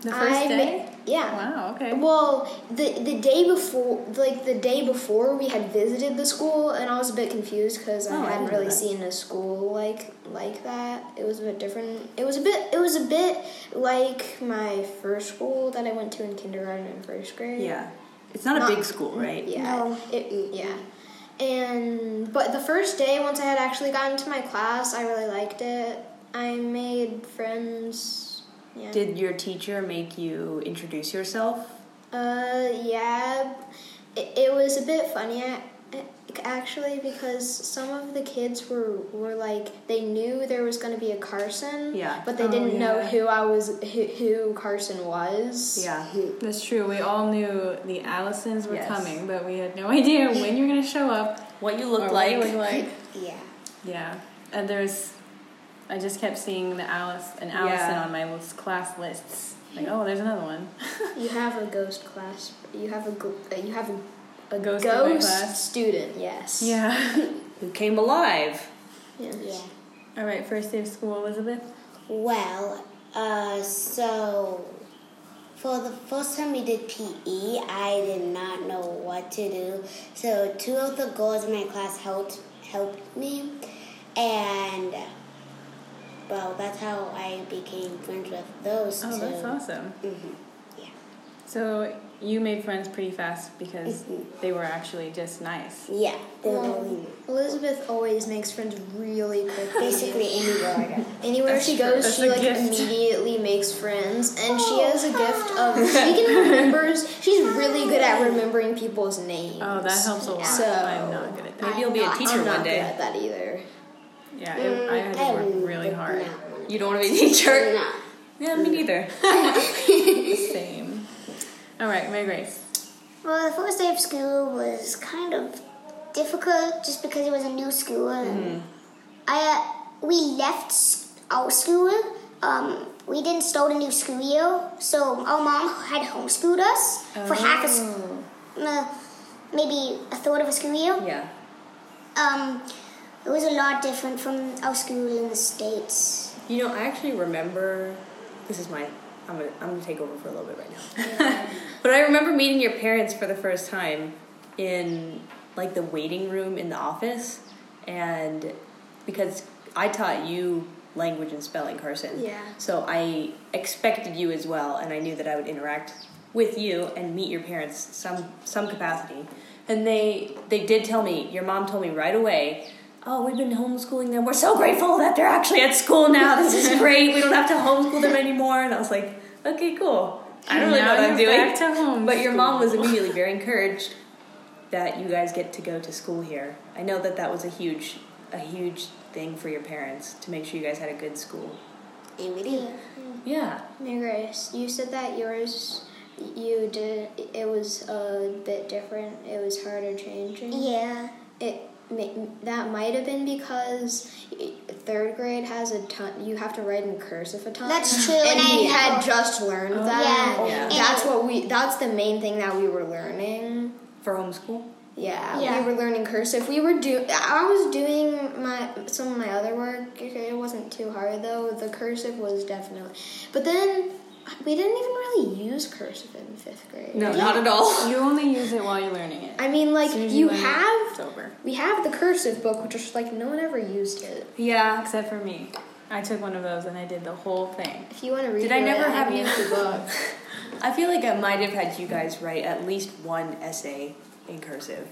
S2: The first
S4: I ma-
S2: day.
S4: yeah.
S2: Wow. Okay.
S4: Well, the the day before, like the day before, we had visited the school, and I was a bit confused because
S3: Oh, I
S4: I
S3: didn't
S4: hadn't
S3: know
S4: really
S3: that.
S4: seen a school like like that. It was a bit different. It was a bit. It was a bit like my first school that I went to in kindergarten and first grade.
S3: Yeah. It's not,
S4: Not-
S3: a big school, right?
S4: Yeah.
S1: No.
S4: It, yeah. And but the first day, once I had actually gotten to my class, I really liked it. I made friends. Yeah.
S3: Did your teacher make you introduce yourself?
S4: Uh, yeah. It, it was a bit funny, a- a- actually, because some of the kids were, were like, they knew there was going to be a Carson,
S3: Yeah.
S4: but they
S2: Oh,
S4: didn't know
S2: yeah.
S4: who I was, who, who Carson was.
S3: Yeah.
S2: That's true. We all knew the Allisons were
S3: Yes.
S2: coming, but we had no idea when you were going to show up
S3: What you
S2: or
S3: look
S2: what
S3: like.
S2: you looked like.
S5: Yeah.
S2: Yeah, and there's. I just kept seeing the Alice and Allison
S3: Yeah.
S2: on my list, class lists. Like, oh, there's another one.
S4: You have a ghost class. You have a, gl- uh, you have a
S2: A ghost, in my
S4: ghost
S2: class.
S4: student, yes.
S2: Yeah.
S3: Who came alive?
S4: Yes.
S5: Yeah.
S2: all right, first day of school, Elizabeth.
S5: Well, uh, so for the first time we did PE, I did not know what to do. So two of the girls in my class helped helped me, and well, that's how I became friends with those two.
S2: Oh, that's awesome.
S5: Mhm. Yeah.
S2: So you made friends pretty fast because
S5: Mhm.
S2: they were actually just nice.
S5: Yeah. they were really nice.
S4: Elizabeth always makes friends really quickly.
S5: Basically, anywhere I go.
S4: Anywhere she goes,
S2: That's
S4: she
S2: a
S4: like
S2: gift.
S4: immediately makes friends, and she has a gift of she can remembers. She's really good at remembering people's names.
S2: Oh, that helps a lot.
S4: So-
S2: I'm not good at that.
S3: Maybe you'll be a teacher
S4: I'm not
S3: one
S4: good
S3: day.
S4: at that either.
S2: Yeah, it, I had to
S5: I
S2: work really
S5: would
S2: hard.
S5: not wanna
S2: Mm.
S3: You don't want to be a teacher?
S5: No.
S3: Yeah, me neither.
S2: Same. All right, Mary Grace.
S1: Well, the first day of school was kind of difficult just because it was a new school. And I uh, we left s- our school. Um, we didn't start a new school year, so our mom had homeschooled us for half a s- uh, maybe a third of a school year.
S3: Yeah.
S1: Um, it was a lot different from our school in the states.
S3: You know, I actually remember. This is my. I'm gonna, I'm gonna take over for a little bit right now. but I remember meeting your parents for the first time in like the waiting room in the office, and because I taught you language and spelling, Carson.
S4: Yeah.
S3: So I expected you as well, and I knew that I would interact with you and meet your parents some some capacity. And they they did tell me. Your mom told me right away. Oh, we've been homeschooling them. We're so grateful that they're actually at school now. This is great. We don't have to homeschool them anymore. And I was like, okay, cool. I don't really know
S2: Now
S3: what I'm
S2: you're
S3: doing.
S2: back to home
S3: But your mom was
S2: school.
S3: immediately very encouraged that you guys get to go to school here. I know that that was a huge, a huge thing for your parents to make sure you guys had a good school.
S5: And we did.
S3: Yeah.
S4: Mary Grace, you said that yours, you did. It was a bit different. It was harder changing.
S1: Yeah.
S4: It may, that might have been because y- third grade has a ton. You have to write in cursive a ton.
S1: That's true,
S4: And,
S1: and
S4: he
S1: I
S4: had
S1: know.
S4: just learned that.
S1: Yeah.
S3: Yeah.
S4: That's what we. That's the main thing that we were learning.
S3: For homeschool?
S4: Yeah,
S1: Yeah.
S4: we were learning cursive. We were do. I was doing my some of my other work. It wasn't too hard though. The cursive was definitely. But then we didn't even really use cursive in fifth grade.
S3: No, not at all.
S2: You only use it while you're learning it.
S4: I mean, like
S2: Soon as
S4: you
S2: learn it, It's
S4: have.
S2: over.
S4: We have the cursive book, which is like no one ever used it.
S2: Yeah, except for me. I took one of those and I did the whole thing.
S4: If you want to read,
S2: Did I
S4: it,
S2: never have
S4: can-
S2: used the book?
S3: I feel like I might have had you guys write at least one essay in cursive.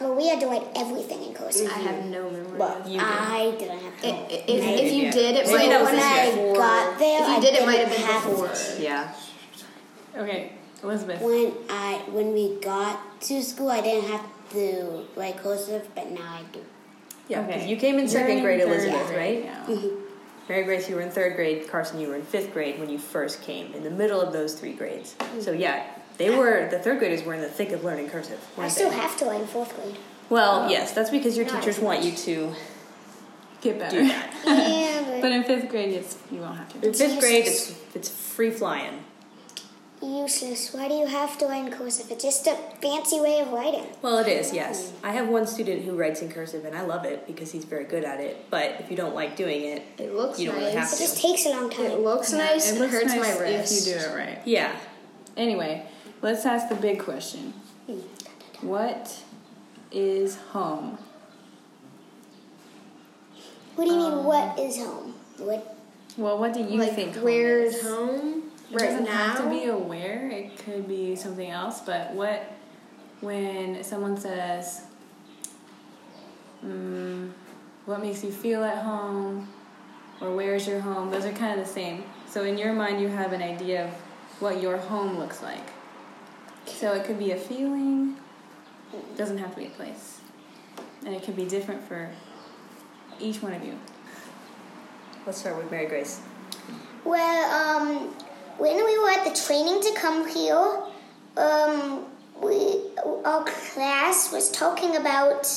S1: Well, we had to write everything in cursive.
S4: I have no memory.
S3: Well, you did.
S5: I didn't have to.
S4: I- if, if you did, it
S3: Maybe
S4: might
S3: that was
S4: have been
S3: this year.
S4: before.
S5: When I got there,
S4: if you
S5: I
S4: did, it might have
S5: didn't
S4: been
S5: have
S4: before.
S3: Yeah.
S2: Okay, Elizabeth.
S5: When I when we got to school, I didn't have to write cursive, but now I do.
S3: Yeah, because
S2: Okay.
S3: you came in
S2: You're
S3: second
S2: in
S3: grade,
S2: third
S3: Elizabeth,
S2: grade
S3: right?
S2: now.
S3: Mary Grace, you were in third grade. Carson, you were in fifth grade when you first came, in the middle of those three grades.
S1: Mm-hmm.
S3: So yeah, they were the third graders were in the thick of learning cursive.
S1: I
S3: weren't
S1: still
S3: they?
S1: have to write in fourth grade.
S3: Well, yes, that's because your
S1: Not
S3: teachers
S1: as
S3: want you to
S2: Get better.
S3: do that.
S1: yeah, but
S2: But in fifth grade, it's, you won't have to.
S3: In fifth grade, it's it's free flying.
S1: Useless. Why do you have to write in cursive? It's just a fancy way of writing.
S3: Well, it is, yes.
S1: Mm-hmm.
S3: I have one student who writes in cursive, and I love it because he's very good at it. But if you don't like doing it,
S4: It looks
S3: you don't
S4: nice.
S3: really have
S1: It just
S3: to.
S1: takes a long
S4: It
S1: time.
S4: looks nice. It,
S2: it looks
S4: hurts
S2: nice
S4: my wrist.
S2: if you do it right.
S3: Yeah.
S2: Anyway, let's ask the big question. What is home?
S1: What do you mean? What is home? What?
S2: Well, what do you
S4: like
S2: think? home
S4: where's
S2: is?
S4: home
S2: It
S4: right
S2: doesn't
S4: now?
S2: have to be a where. It could be something else. But what when someone says, mm, "What makes you feel at home?" or "Where's your home?" Those are kind of the same. So in your mind, you have an idea of what your home looks like. So it could be a feeling. Doesn't have to be a place, and it could be different for each one of you.
S3: Let's start with Mary Grace.
S1: Well, um, when we were at the training to come here, um, we our class was talking about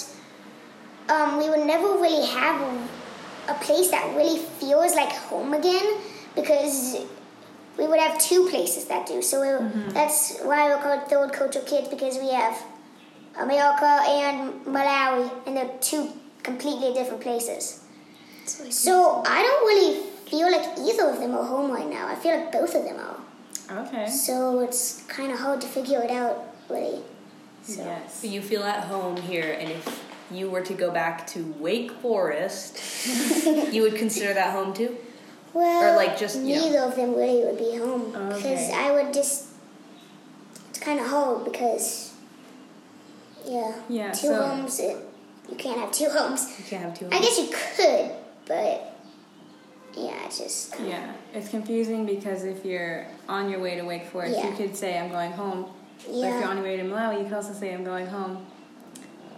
S1: um, we would never really have a, a place that really feels like home again because we would have two places that do. So we, that's why we're called third culture kids because we have America and Malawi, and they're two completely different places. So I don't really feel like either of them are home right now. I feel like both of them are.
S2: Okay.
S1: So it's kind of hard to figure it out, really.
S2: Yes.
S3: So you feel at home here, and if you were to go back to Wake Forest, you would consider that home too?
S1: Well,
S3: Or, like, just, you know.
S1: neither of them really would be home because
S2: Oh, Okay.
S1: I would just. It's kind of hard because. Yeah.
S2: Yeah,
S1: Two
S2: so-
S1: homes. It, you can't have two homes.
S3: You can't have two
S1: I
S3: homes.
S1: guess you could, but. Yeah, it's just. kinda-
S2: Yeah, it's confusing because if you're on your way to Wake Forest, you
S1: Yeah.
S2: could say I'm going home. But if
S1: Yeah.
S2: you're on your way to Malawi, you could also say I'm going home.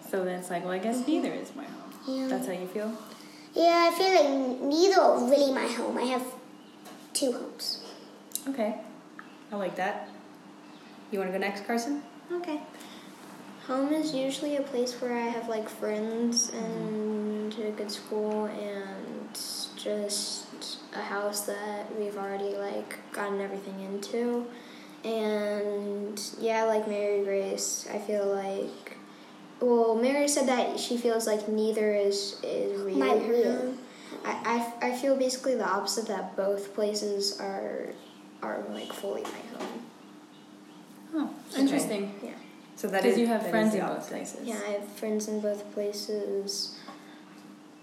S2: So then it's like, well, I guess neither is my home.
S1: Yeah.
S2: That's how you feel.
S1: Yeah, I feel like neither are really my home. I have two homes.
S2: Okay.
S3: I like that. You want to go next, Carson?
S4: Okay. Home is usually a place where I have like friends and a good school and just a house that we've already like gotten everything into. And yeah, like Mary Grace, I feel like well, Mary said that she feels like neither is is really
S1: My
S4: her
S1: real.
S4: home. I, I, I feel basically the opposite that both places are are like fully my home.
S2: Oh, interesting.
S4: Yeah.
S3: So that
S2: Because
S3: is
S2: you have
S3: that is
S2: friends
S3: the
S2: in both
S3: opposite.
S2: places.
S4: Yeah, I have friends in both places.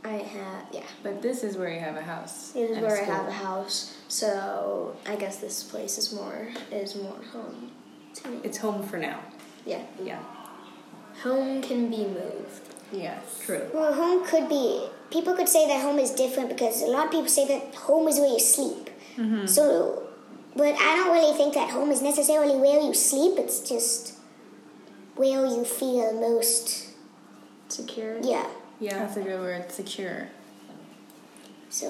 S4: I have, yeah.
S2: But this is where you have a house.
S4: It is
S2: and
S4: where I
S2: school.
S4: have a house, so I guess this place is more is more home to me.
S3: It's home for now.
S4: yeah,
S3: Yeah.
S4: home can be moved.
S2: Yes.
S3: True.
S1: Well, home could be. People could say that home is different because a lot of people say that home is where you sleep.
S3: Mm-hmm.
S1: So, but I don't really think that home is necessarily where you sleep. It's just where you feel most.
S4: Secure.
S1: Yeah.
S2: Yeah, that's a good word. Secure.
S1: So,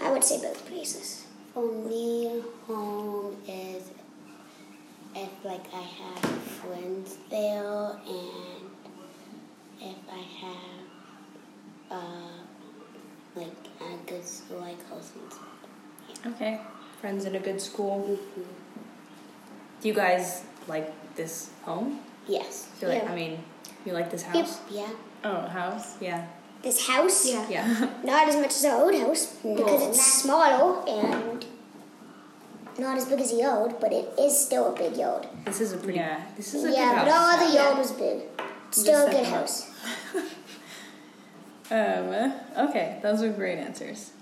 S1: I would say both places.
S5: For me, home is if like I have friends there and if I have uh, like a good school like cousins.
S2: Okay.
S3: Friends in a good school. Do you guys like this home?
S5: Yes.
S3: Do you like,
S4: Yeah.
S3: I mean, you like this house?
S5: Yeah.
S2: Oh, house.
S3: Yeah.
S1: This house,
S4: Yeah.
S3: Yeah.
S1: not as much as our old house because it's smaller and not as big as the old, but it is still a big yard.
S3: This is a pretty.
S2: Yeah.
S3: This is a
S1: Yeah,
S3: good
S1: but
S3: house.
S1: all the yard was big. Still a
S3: that
S1: good
S3: part.
S1: house.
S2: Um, okay, those were great answers.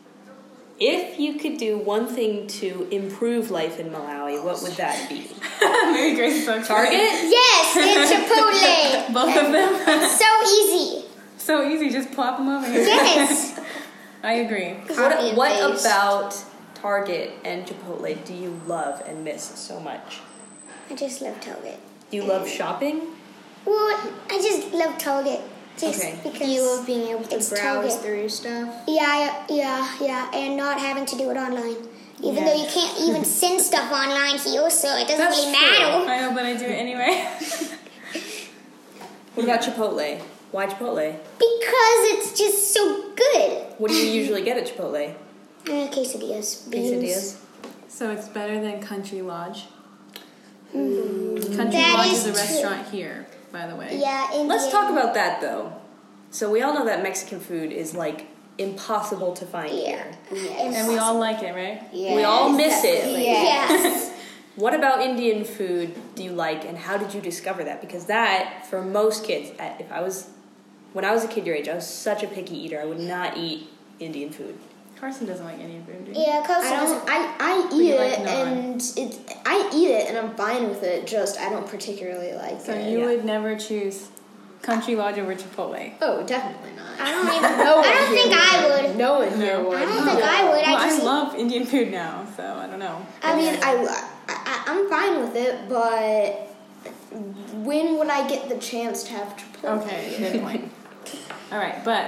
S3: If you could do one thing to improve life in Malawi, what would that be?
S2: Mary Grace so
S3: Target?
S1: Yes, it's Chipotle.
S2: Both of them.
S1: so easy.
S2: so easy. Just plop them over here.
S1: Yes.
S2: I agree.
S4: Copy
S3: What,
S4: and
S3: what
S4: paste.
S3: about Target and Chipotle do you love and miss so much?
S1: I just love Target.
S3: Do you love shopping?
S1: Well, I just love Target. Just
S3: Okay.
S1: because.
S4: You love being able to
S1: It's
S4: browse
S1: Target.
S4: through stuff.
S1: yeah, I- yeah, yeah, and not having to do it online. Even though you can't even send stuff online here, so it doesn't really matter.
S2: I know, but I do it anyway.
S3: What about Chipotle? Why Chipotle?
S1: Because it's just so good.
S3: What do you usually get at Chipotle?
S1: Uh, quesadillas. Beans.
S3: Quesadillas.
S2: so it's better than Country Lodge. Country
S1: Hmm. That
S2: Lodge
S1: is
S2: is a
S1: true.
S2: restaurant here, by the way.
S1: Yeah, and
S3: Let's talk about that though. So we all know that Mexican food is like impossible to find
S1: Yeah.
S3: here.
S2: And we all like it, right?
S3: We all miss it.
S1: Yes.
S3: What about Indian food do you like and how did you discover that? Because that for most kids, I- if I was when I was a kid your age, I was such a picky eater. I would not eat Indian food.
S2: Carson doesn't like any food. do you?
S1: yeah, because
S4: I don't. I, I eat
S2: you like
S4: it,
S2: naan.
S4: and it. I eat it, and I'm fine with it. Just I don't particularly like
S2: So
S4: it.
S2: you
S3: Yeah.
S2: would never choose Country Lodge over Chipotle.
S4: oh, definitely not.
S1: I don't even.
S4: No one
S1: I don't
S4: here
S1: think I would.
S4: No one here would.
S1: I don't think I would.
S2: Well,
S1: I
S2: I
S1: just.
S2: love Indian food now, so I don't know.
S4: I mean, I, I I'm fine with it, but when would I get the chance to have Chipotle?
S2: Okay, good point. All right, but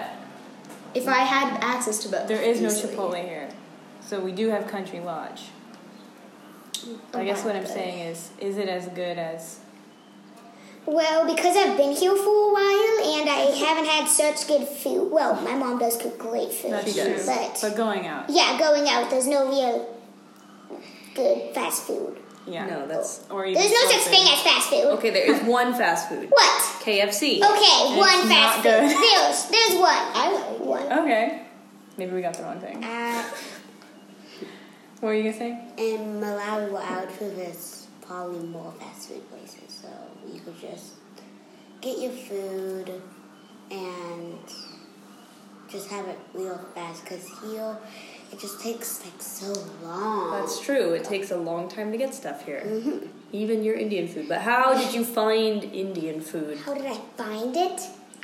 S4: If I had access to both,
S2: there is no
S4: easily.
S2: Chipotle here, so we do have Country Lodge. I guess what I'm saying is, is it as good as?
S1: Well, because I've been here for a while and I haven't had such good food. Well, my mom does cook great food.
S2: That's true.
S1: But,
S2: But going out,
S1: yeah, going out, there's no real good fast food.
S2: yeah.
S3: No, that's
S2: Or even
S1: There's no such
S2: something.
S1: thing as fast food.
S3: Okay, there is one fast food.
S1: What?
S3: KFC.
S1: Okay, one
S2: not
S1: fast
S2: good.
S1: food. There's, there's one. I one.
S2: Okay, maybe we got the wrong thing.
S5: Uh,
S2: What were you gonna say?
S5: in Malawi, what I would food is probably more fast food places. So you could just get your food and just have it real fast. Cause here, it just takes like so long.
S3: That's true. It takes a long time to get stuff here.
S1: Mm-hmm.
S3: Even your Indian food. But how did you find Indian food?
S1: How did I find it?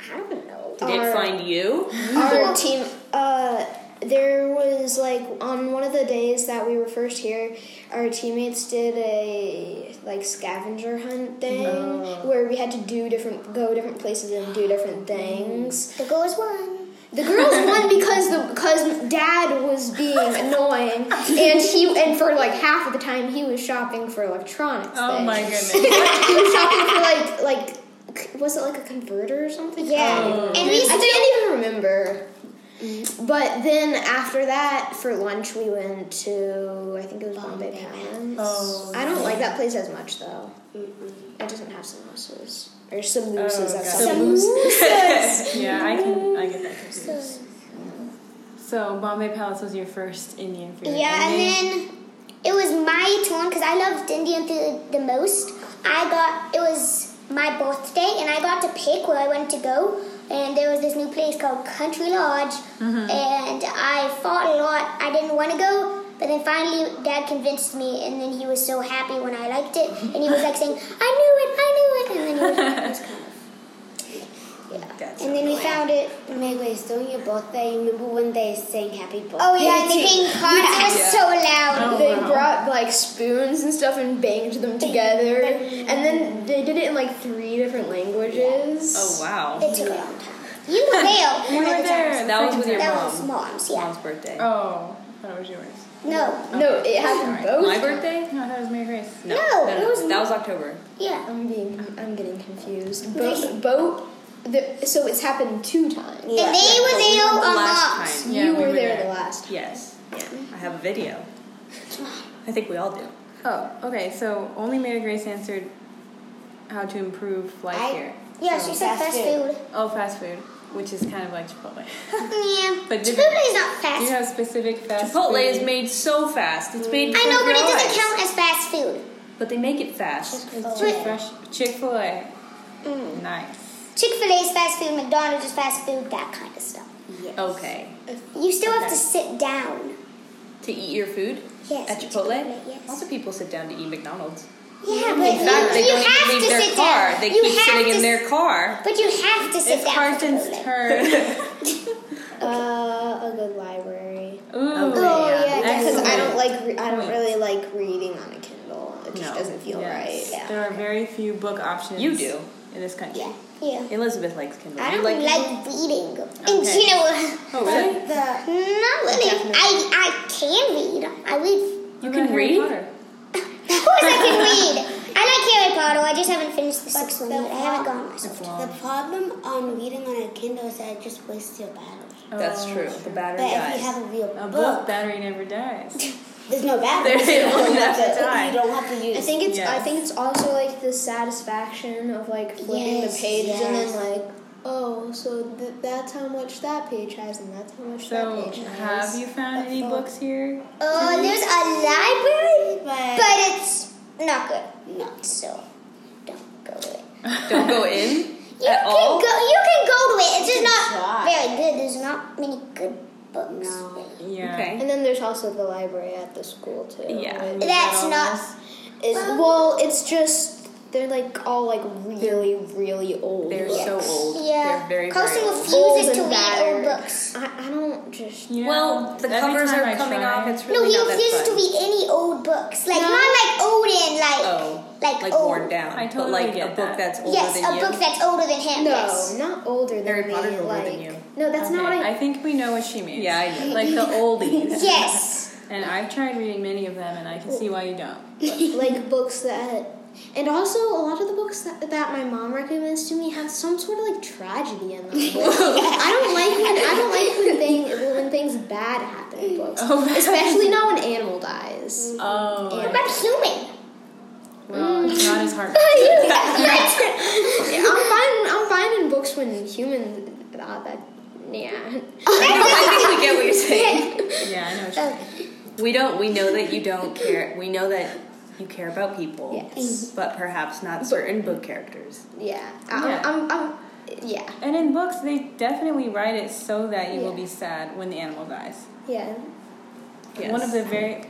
S1: I don't know. Uh,
S3: Did it
S4: Our-
S3: find you?
S4: Our team, uh, there was like on one of the days that we were first here, our teammates did a like scavenger hunt thing where we had to do different, go different places and do different things.
S1: There goes one.
S4: The girls won because the because dad was being annoying, and he and for like half of the time he was shopping for electronics.
S2: Oh
S4: things.
S2: my goodness.
S4: he was shopping for like like c- was it like a converter or something?
S1: Yeah. And we used
S4: I
S1: to
S4: can't even remember. But then after that, for lunch we went to I think it was Bombay Palace.
S2: Oh,
S4: I don't like that place as much though. It doesn't have samosas or samosas.
S2: Oh,
S4: that's
S2: got
S4: how-
S2: it.
S1: Samosas.
S2: yeah, I can. I get that confused. So Bombay Palace was your first Indian food.
S1: Yeah, and then it was my turn because I loved Indian food the most. I got it was my birthday, and I got to pick where I wanted to go. And there was this new place called Country Lodge, and I fought a lot. I didn't want to go, but then finally Dad convinced me, and then he was so happy when I liked it, and he was like saying, "I knew it, I knew it," and then he was, it was kind of yeah.
S3: Gotcha.
S1: And then we found it.
S5: Megway, during your birthday, you remember when they sang happy birthday?
S1: Oh yeah, they played cards. It was so loud.
S4: they brought like spoons and stuff and banged them together, and then they did it in like three different languages.
S2: Oh wow.
S1: It took a long time. You were there.
S2: You were there.
S3: That was with your
S1: That
S3: mom.
S1: was mom's, yeah.
S3: Mom's birthday.
S2: Oh, that was yours.
S1: No.
S4: No, it happened both.
S3: My birthday?
S2: No, that was Mary Grace.
S1: No, it was-
S3: that was October.
S1: Yeah.
S4: I'm being, I'm getting confused. Both, both. The, so it's happened two times.
S1: And they were there
S3: went the
S1: on
S3: last
S1: mom's.
S3: time.
S2: Yeah,
S4: you
S2: we
S4: were,
S2: were
S4: there,
S2: there.
S4: the last. time.
S3: Yes. Yeah.
S1: Mm-hmm.
S3: I have a video. I think we all do.
S2: Oh, okay. So only Mary Grace answered how to improve life
S5: I-
S2: here.
S1: Yeah, she said
S5: Fast
S1: fast
S5: food.
S1: food.
S2: Oh, fast food, which is kind of like Chipotle.
S1: Yeah.
S2: But did-
S1: Chipotle is not
S2: Do you
S1: fast.
S2: have specific fast food?
S3: Chipotle is made so fast. It's made.
S1: I know,
S3: for
S1: but it doesn't
S3: fries.
S1: count as fast food.
S3: But they make it fast.
S2: It's
S1: Chick-
S2: just fresh. Chick Fil A. Nice.
S1: Chick fil A is fast food, McDonald's is fast food, that kind of stuff.
S3: Okay.
S1: You still have to sit down.
S3: To eat your food
S1: Yes,
S3: at Chipotle.
S1: Chipotle, yes.
S3: Lots of people sit down to eat McDonald's.
S1: Yeah, but
S3: In fact,
S1: you,
S3: they
S1: you
S3: don't
S1: have
S3: leave
S1: to
S3: their
S1: sit
S3: car.
S1: down.
S3: They
S1: you
S3: keep
S1: have
S3: sitting
S1: to
S3: in
S1: s-
S3: their car.
S1: But you have to sit
S2: It's
S1: down. for
S2: Carson's
S1: Chipotle.
S2: turn.
S4: Uh, a good library.
S2: Ooh.
S4: Oh yeah, because
S2: Excellent.
S4: I don't like re- I don't really like reading on a Kindle. It just
S3: No.
S4: doesn't feel
S2: Yes.
S4: right.
S2: There are very few book options.
S3: You do.
S2: in this country.
S1: Yeah. Yeah.
S3: Elizabeth likes Kindle.
S1: I
S3: You
S1: don't
S3: like
S1: like, reading in
S2: Okay.
S1: general.
S2: Oh really?
S1: Not really. I, I can read. I read.
S3: You
S2: What
S3: can
S2: about Harry
S3: read?
S2: Potter?
S1: Of course I can read. I like Harry Potter. I just haven't finished the sixth one
S5: the
S1: yet. I haven't gone myself.
S5: The problem on reading on a Kindle is that it just wastes your battery.
S3: That's
S2: Oh,
S3: true. The battery
S5: But if
S3: dies.
S5: you have a real
S2: A book
S5: book,
S2: battery never dies.
S5: there's no battery.
S3: there it will
S5: But
S3: never
S5: You
S3: die.
S5: don't have to use.
S4: I think it's I
S2: Yes.
S4: think it's also like the satisfaction of like flipping
S5: Yes,
S4: the pages and
S5: yes.
S4: then like oh so th- that's how much that page has and that's how much
S2: So
S4: that page has.
S2: have you found any books here?
S1: Oh, there's a library,
S5: But-
S1: but it's not good. Not so. Don't go to it.
S3: Don't go in
S1: You
S3: at
S1: can
S3: all.
S1: go. You can go to it. It's just not
S5: try.
S1: very good. There's not many good books. really.
S2: Yeah.
S3: Okay.
S4: and then there's also the library at the school too.
S3: Yeah.
S4: which
S1: That's
S2: all
S1: not.
S2: this?
S4: is- well, it's just they're like all like really really old.
S3: They're
S4: books.
S3: so old.
S1: Yeah.
S3: They're very,
S1: Carson
S3: very old.
S4: Old
S1: refuses to
S4: and
S1: read old
S4: battered.
S1: books.
S4: I, I don't just
S2: You know,
S3: Well, the
S2: every
S3: covers
S2: time
S3: are
S2: I
S3: coming
S2: try-
S3: off. It's
S1: No,
S3: really
S1: he
S3: not
S1: refuses
S3: that
S1: to
S3: fun.
S1: read any old books. Like not like old and like
S3: Oh,
S1: like,
S3: like
S1: old.
S3: worn down,
S2: I
S3: but
S2: totally
S3: like
S2: get
S3: a book
S2: that.
S3: that's older
S1: Yes,
S3: than
S1: a
S3: you.
S1: book that's older than him.
S4: no,
S1: Yes.
S4: not older than
S3: Harry
S4: me.
S3: Potter's older
S4: like,
S3: than you.
S4: No, that's not what
S2: Okay,
S4: I.
S2: I think we know what she means.
S3: Yeah, I know.
S2: Like the oldies.
S1: Yes.
S2: And I've tried reading many of them, and I can see why you don't.
S4: like books that and also a lot of the books that, that my mom recommends to me have some sort of like tragedy in them. I don't like when I don't like when thing when things bad happen in books.
S2: Oh, right.
S4: Especially not when animal dies.
S2: Oh,
S1: What about human?
S2: well,
S4: Mm.
S2: it's not as hard.
S4: Yeah, I'm fine I'm fine in books when humans uh, that yeah.
S3: I think we get what you're saying.
S2: Yeah, I know. What you mean.
S3: We don't. We know that you don't care. We know that you care about people. Yes. But perhaps not certain book characters.
S4: Yeah. I'm,
S2: Yeah.
S4: I'm, I'm yeah.
S2: And in books, they definitely write it so that you will be sad when the animal dies.
S4: Yeah.
S3: Yes.
S2: One of the very,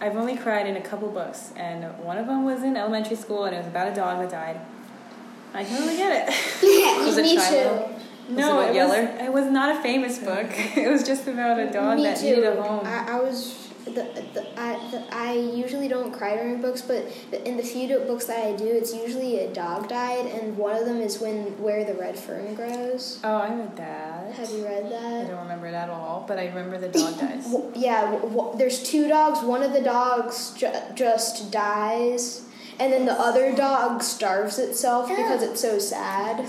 S2: I've only cried in a couple books, and one of them was in elementary school, and it was about a dog that died. I totally get it.
S3: was it
S4: me
S3: Shiloh?
S4: too.
S2: no,
S3: about
S2: it
S3: Yeller?
S2: was. It was not a famous book. it was just about a dog
S4: Me
S2: that
S4: too.
S2: needed a home.
S4: I, I was the, the, I, the, I usually don't cry during books, but the, in the few do- books that I do, it's usually a dog died, and one of them is when where the red fern grows.
S2: oh, I read that. What?
S4: Have you read
S2: I
S4: that?
S2: don't remember it at all, but I remember the dog dies.
S4: W- yeah, w- w- there's two dogs. One of the dogs ju- just dies, and then the other dog starves itself because it's so sad.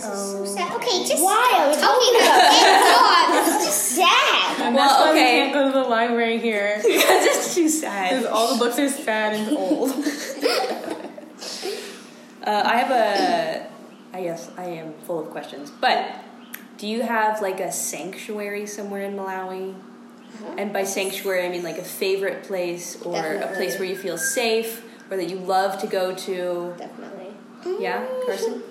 S1: So
S2: Oh.
S1: sad. Okay, just
S5: Wild.
S1: stop talking about that dog. It's just sad.
S2: And
S3: Well,
S2: that's why
S3: okay.
S2: we can't go to the library here.
S3: Because it's too
S2: Because
S3: sad.
S2: all the books are sad and old.
S3: Uh, I have a. I guess I am full of questions, but do you have like a sanctuary somewhere in Malawi?
S4: Mm-hmm.
S3: And by sanctuary, I mean like a favorite place or a
S5: Definitely.
S3: place where you feel safe or that you love to go to.
S4: Definitely.
S3: Yeah,
S4: Mm-hmm.
S3: Carson?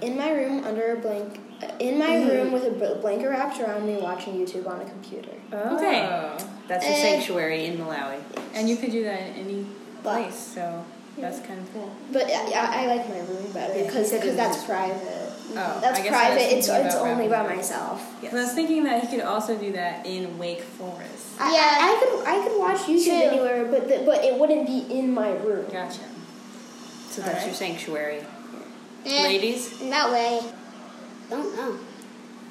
S4: In my room under a blank, in my
S2: Mm-hmm.
S4: room with a bl- blanket wrapped around me, watching YouTube on a computer.
S3: Okay.
S2: Oh.
S3: That's a
S4: Eh.
S3: sanctuary in Malawi.
S2: And you could do that in any
S4: But-
S2: place, so that's kind of cool.
S4: But I, I like my room better because because that's private.
S2: Oh,
S4: that's
S2: I guess I was
S4: private. It's
S2: thinking
S4: it's
S2: about
S4: only
S2: wrapping
S4: by myself.
S2: But I was thinking that he could also do that in Wake Forest.
S4: I,
S1: Yeah.
S4: I, I could I could watch YouTube
S1: True.
S4: anywhere, but the, but it wouldn't be in my room.
S2: Gotcha.
S3: So that's your sanctuary.
S1: Eh,
S3: Ladies?
S1: In that way.
S5: Don't know.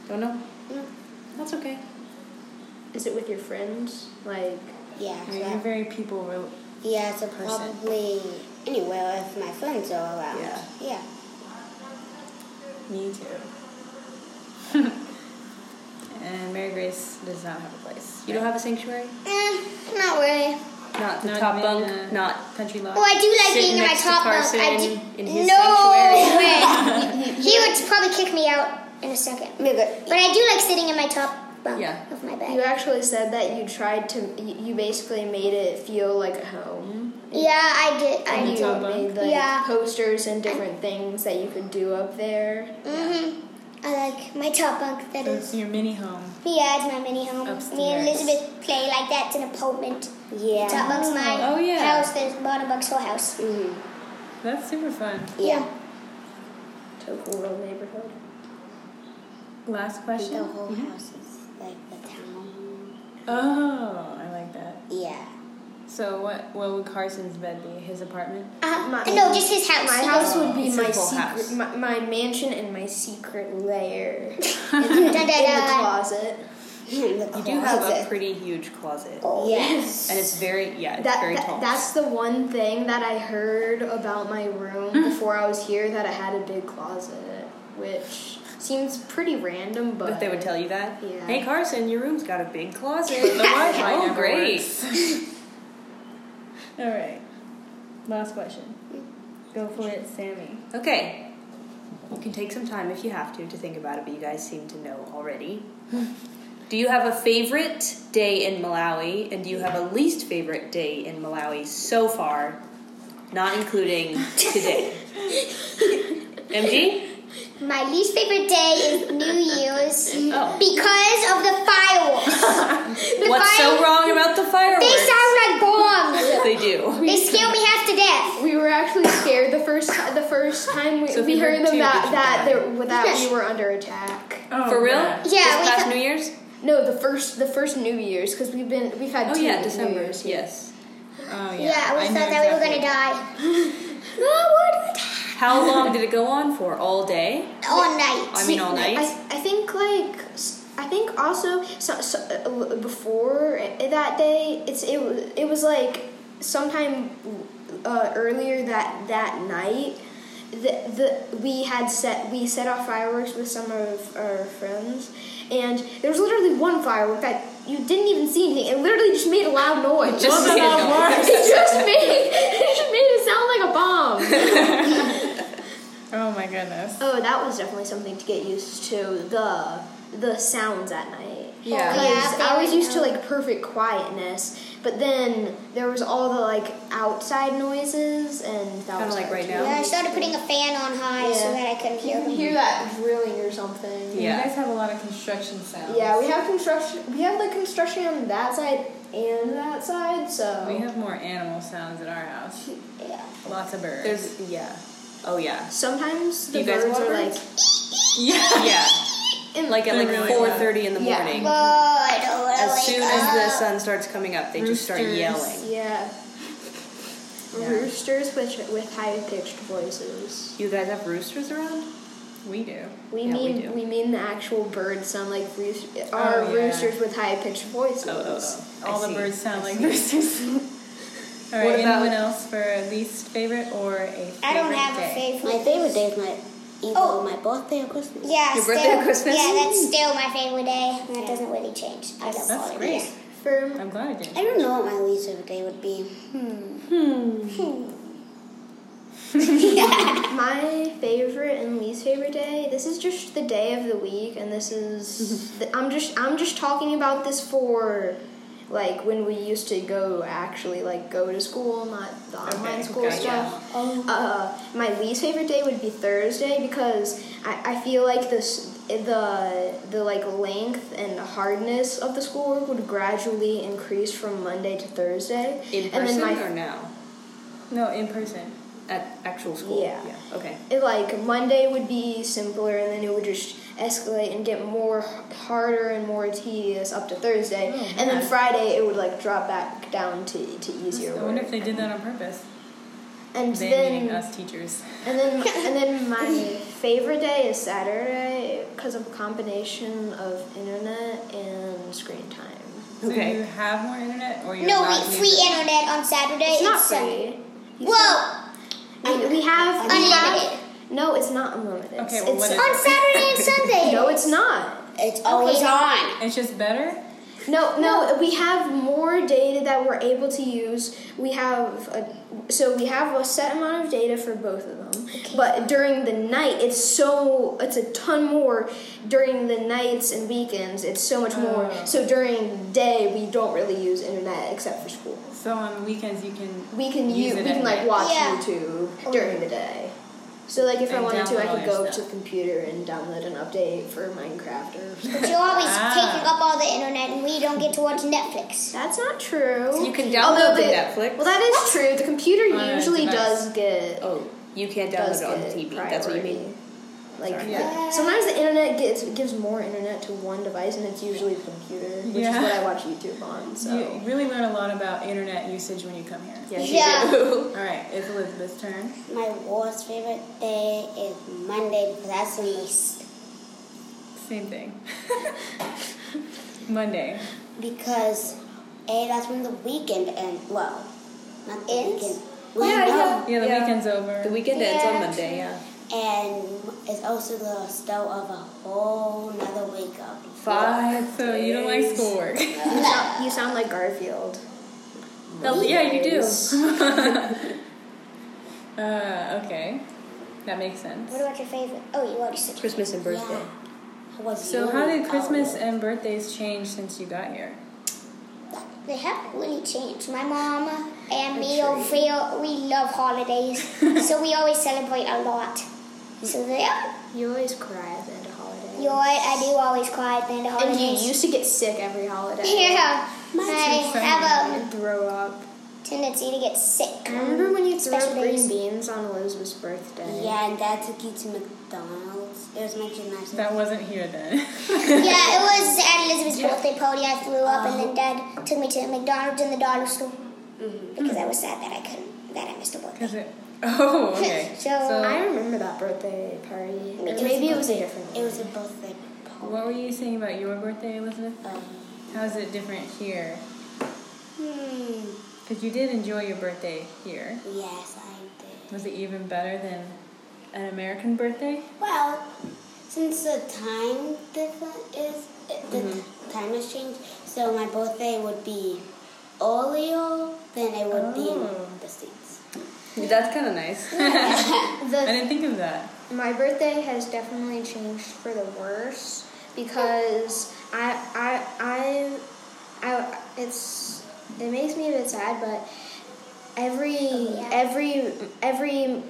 S3: Don't know?
S5: No.
S3: That's okay.
S4: Is it with your friends? Like
S5: Yeah.
S2: I
S5: so
S2: mean, you're
S5: that-
S2: very people. rel-
S5: yeah. So
S2: person.
S5: probably anywhere if my friends are around.
S2: Yeah.
S5: Yeah.
S2: Me too. and Mary Grace does not have a place.
S3: You don't have a sanctuary?
S1: Eh, not really.
S3: Not the
S2: Not
S3: top
S2: even
S3: bunk,
S2: a
S3: not
S2: country lodge.
S1: Oh, I do like
S3: Sitting
S1: being in my
S3: next to
S1: top bunk.
S3: Carson
S1: I do.
S3: in his
S1: no way. he would probably kick me out in a second. But I do like sitting in my top bunk
S3: Yeah.
S1: of my bed.
S4: you actually said that you tried to you, you basically made it feel like a home.
S1: Yeah, I did. I
S4: And
S1: do.
S4: you made like
S1: Yeah.
S4: posters and different things that you could do up there.
S1: Mhm. I like my top bunk. That is.
S2: It's your mini home.
S1: Yeah, it's my mini home. Me and
S2: Upstairs.
S1: Elizabeth play like that. It's an apartment.
S5: Yeah.
S1: Top bunk's my
S2: Oh, yeah.
S1: house. There's bottom bunk's whole house.
S2: That's super fun.
S5: Yeah.
S4: Total rural neighborhood.
S2: Last
S5: The
S2: question.
S5: whole house is like the town.
S2: Oh, I like that.
S5: Yeah.
S2: So what? What would Carson's bed be? His apartment?
S1: Uh,
S4: My-
S1: no, just his house.
S4: My house would be
S3: It's
S4: my
S3: his whole house.
S4: secret, my, my mansion and my secret lair
S1: Dun, dun,
S4: in the
S1: dun.
S4: closet.
S3: You do have a pretty huge closet.
S5: Yes.
S3: And it's very, yeah, it's
S4: Oh. That,
S3: very
S4: that-
S3: tall.
S4: that's the one thing that I heard about my room
S3: Mm.
S4: before I was here that I had a big closet, which seems pretty random, but
S3: But they would tell you that.
S4: Yeah.
S3: Hey Carson, your room's got a big closet.
S2: The Wi-Fi
S3: oh,
S2: never
S3: great.
S2: works. All right. Last question. Go for it, Sammy.
S3: Okay. You can take some time if you have to to think about it, but you guys seem to know already. do you have a favorite day in Malawi, and do you have a least favorite day in Malawi so far, not including today? MG?
S1: My least favorite day is New Year's
S3: Oh.
S1: because of the fireworks. The
S3: What's so
S1: fire-
S3: wrong about the fireworks?
S1: They sound like bombs.
S3: They do.
S1: they scare me half to death.
S4: We were actually scared the first ti- the first time we,
S3: So if
S4: we
S3: you
S4: heard
S3: heard
S4: them
S3: two,
S4: that
S3: did you
S4: that
S3: die?
S4: there, that we were under attack.
S2: Oh,
S3: For real?
S2: man.
S1: Yeah,
S3: This
S1: we
S3: past
S1: thought-
S3: New Year's?
S4: No, the first the first New Year's because we've been we've had
S3: Oh,
S4: two
S3: yeah,
S4: New
S3: December.
S4: Year's.
S3: Yes.
S2: Oh yeah.
S1: Yeah, we
S2: I
S1: thought
S2: know
S1: that we were
S2: exactly.
S1: gonna die. no, we're die.
S3: How long did it go on for? All day?
S1: All night.
S3: I mean, all night?
S4: I, I think like s- I think also so, so, uh, before i- that day, it's it wa- it was like sometime uh, earlier that that night. The, the we had set we set off fireworks with some of our friends, and there was literally one firework that you didn't even see anything. It literally just made a loud noise.
S3: Just Wasn't made a that noise. worse?
S4: It just made it just made it sound like a bomb.
S2: Oh my goodness.
S4: Oh, that was definitely something to get used to the the sounds at night.
S2: Yeah.
S1: Yeah,
S4: 'Cause
S1: they
S4: I was
S1: would
S4: used to
S1: know.
S4: like perfect quietness, but then there was all the like outside noises, and that
S3: Kinda
S4: was
S3: like
S4: hard
S3: right
S4: to-
S3: now.
S1: Yeah, I started putting a fan on high so
S4: Yeah.
S1: that I couldn't
S4: You
S1: hear
S4: can
S1: them.
S4: hear that drilling or something.
S3: Yeah.
S2: You guys have a lot of construction sounds.
S4: Yeah, we have construction. We have like construction on that side and that side, so
S2: We have more animal sounds at our house.
S1: Yeah.
S2: Lots of birds.
S3: There's, yeah. Oh, yeah.
S4: sometimes
S3: Do
S4: the
S3: you guys
S4: birds
S3: want
S4: are
S3: birds?
S4: like
S2: yeah.
S3: Yeah.
S4: in
S3: Like at like
S2: They're really
S3: four
S2: loud.
S3: thirty in the
S4: Yeah. uh,
S3: morning.
S1: Oh, I don't want to
S3: As
S1: wake
S3: soon
S1: up.
S3: as the sun starts coming up, they just start
S2: Roosters.
S3: yelling.
S4: yeah.
S3: Yeah.
S4: Roosters with with high pitched voices.
S3: You guys have roosters around?
S2: We do.
S4: We
S3: Yeah, we
S4: mean
S3: do.
S4: we, mean the actual birds sound like roos- are
S2: yeah. oh,
S4: roosters with high pitched voices.
S2: All
S3: I
S2: the
S3: see,
S2: birds sound
S3: I
S2: like
S3: see.
S2: roosters. All right.
S4: What about-
S2: anyone else for a least favorite or a favorite
S1: I don't have
S2: day?
S1: a favorite.
S5: My favorite day is my either
S1: Oh.
S5: my birthday or Christmas.
S1: Yeah,
S2: Your
S1: still,
S2: birthday or Christmas?
S1: Yeah, that's still my favorite day. and That doesn't really change. I love
S2: That's
S1: holidays.
S2: great.
S4: For
S2: I'm glad I did.
S5: I don't know what my least favorite day would be.
S4: my favorite and least favorite day, this is just the day of the week, and this is the, I'm just I'm just talking about this for like when we used to go actually like go to school, not the online school
S2: gotcha.
S4: stuff. Uh, my least favorite day would be Thursday because I, I feel like this the the like length and hardness of the schoolwork would gradually increase from Monday to Thursday.
S3: In
S4: and
S3: person
S4: then my
S3: or now?
S2: No, in person.
S3: At actual school?
S4: Yeah.
S3: yeah. Okay.
S4: it like Monday would be simpler, and then it would just escalate and get more h- harder and more tedious up to Thursday,
S2: Oh,
S4: and then Friday it would like drop back down to to easier
S2: I
S4: work.
S2: wonder if they did that on purpose.
S4: And
S2: They
S4: then
S2: meaning us teachers.
S4: and then and then my favorite day is Saturday because of a combination of internet and screen time.
S2: So
S3: Okay.
S2: you have more internet, or you're
S1: No,
S2: not
S1: we
S2: using-
S1: free internet on Saturday.
S4: It's not
S1: Sunday.
S4: free.
S1: Whoa!
S4: We, we have we
S1: Unlimited.
S4: have no, it's not unlimited.
S2: Okay,
S4: It's-
S2: well,
S4: it's,
S2: what is-
S1: On Saturday and Sunday.
S4: no, it's not.
S5: It's always on.
S2: It's just better.
S4: No, no, we have more data that we're able to use. We have a, so we have a set amount of data for both of them. But during the night, it's so it's a ton more during the nights and weekends. It's so much more. So during the day, we don't really use internet except for school.
S2: So on weekends you can.
S4: We can
S2: Use
S4: use,
S2: it
S4: we
S2: at
S4: can
S2: night.
S4: like watch
S1: Yeah.
S4: YouTube during the day. So like if I
S2: And
S4: wanted to, I
S2: download
S4: could go
S2: stuff.
S4: to the computer and download an update for Minecraft or.
S1: But you're always
S2: Ah.
S1: taking up all the internet, and we don't get to watch Netflix.
S4: That's not true.
S3: You can
S4: Oh, Although
S3: download the
S4: the-
S3: Netflix.
S4: Well, that is true. The computer
S2: On a
S4: usually
S2: device.
S4: does get
S3: oh, you can't download
S4: does
S3: it on the
S4: get
S3: TV.
S4: priority.
S3: That's what you mean.
S4: Like
S2: Sorry.
S1: Yeah.
S4: sometimes the internet gets gives more internet to one device, and it's usually the computer, which
S2: Yeah.
S4: is what I watch YouTube on. So
S2: You really learn a lot about internet usage when you come here.
S3: Yes,
S1: Yeah.
S3: you do.
S2: All right, it's Elizabeth's turn.
S5: My worst favorite day is Monday because that's the least.
S2: Same thing. Monday.
S5: Because A, that's when the weekend ends. Well, not the
S1: Ends?
S5: weekend. Well,
S1: Yeah,
S5: you
S2: Yeah,
S5: know.
S2: the weekend's over.
S3: Oh, The weekend ends on
S1: Yeah.
S3: Monday, yeah.
S5: And it's also the start of a whole nother week of.
S3: Five.
S2: so you don't like schoolwork.
S4: you sound like Garfield.
S3: No, yeah, you do.
S2: uh, okay, that makes sense.
S1: What about your favorite? Oh, you already said
S3: Christmas and birthday.
S5: Yeah. How was
S2: So
S5: you?
S2: how did Christmas
S5: Oh,
S2: and birthdays change since you got here?
S1: They haven't really changed. My mom and me over here, we love holidays, so we always celebrate a lot. So there,
S4: You always cry at the end of holidays.
S1: you know, I, I do always cry at the end of
S4: and you
S1: holidays.
S4: used to get sick every holiday.
S1: yeah, I have a
S4: And throw up.
S1: tendency to get sick.
S4: I remember when you threw
S1: Special
S4: up green
S1: days.
S4: beans on Elizabeth's birthday.
S5: Yeah, and dad took you to McDonald's. It was my gymnastics.
S2: That wasn't here then.
S1: yeah, it was at Elizabeth's birthday party. I threw up, and then
S4: Uh-huh.
S1: Dad took me to McDonald's in the dollar store
S4: Mm-hmm.
S1: because I was sad that I couldn't, that I missed a birthday.
S2: Is it? Oh, okay.
S1: So,
S4: I remember that birthday party. Or
S1: was
S4: maybe it was a
S5: birthday-
S4: different
S5: It
S4: one.
S5: was a birthday party.
S2: what were you saying about your birthday, Elizabeth?
S5: Um,
S2: How is it different here?
S5: hmm.
S2: Because you did enjoy your birthday here.
S5: Yes, I did.
S2: Was it even better than an American birthday?
S5: Well, since the time difference is the time has changed, so my birthday would be earlier than it would be in the states.
S3: That's kind of nice.
S4: The
S2: I didn't think of that.
S4: My birthday has definitely changed for the worse because I I I I it's it makes me a bit sad, but every every every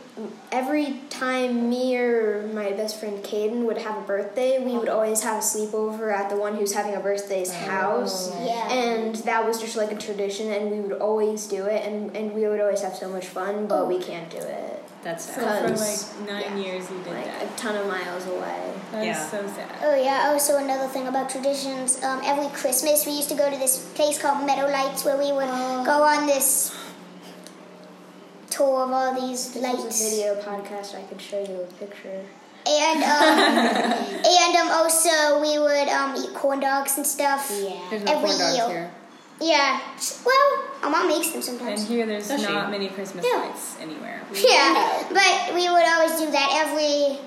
S4: every time me or my best friend Caden would have a birthday, we would always have a sleepover at the one who's having a birthday's house.
S1: Yeah.
S4: And that was just like a tradition and we would always do it and, and we would always have so much fun, but we can't do it
S3: That's
S2: So
S3: sad.
S2: for
S4: Because-
S2: like nine years you did
S4: like
S2: that.
S4: a ton of miles away.
S2: That is
S3: Yeah.
S2: so sad.
S1: Oh yeah. Also, another thing about traditions. Um, every Christmas, we used to go to this place called Meadowlights, where we would go on this tour of all these
S4: There's a
S1: lights.
S4: video podcast I could show you a picture.
S1: And um, and um, also we would um, eat corn dogs and stuff.
S5: Yeah.
S2: There's no
S1: Every
S2: corn dogs
S1: year.
S2: here.
S1: Yeah. Well, my mom makes them
S2: And
S1: sometimes.
S2: here, there's
S3: Does she?
S2: not many Christmas
S1: Yeah.
S2: lights anywhere. We-
S1: Yeah. But we would always do that every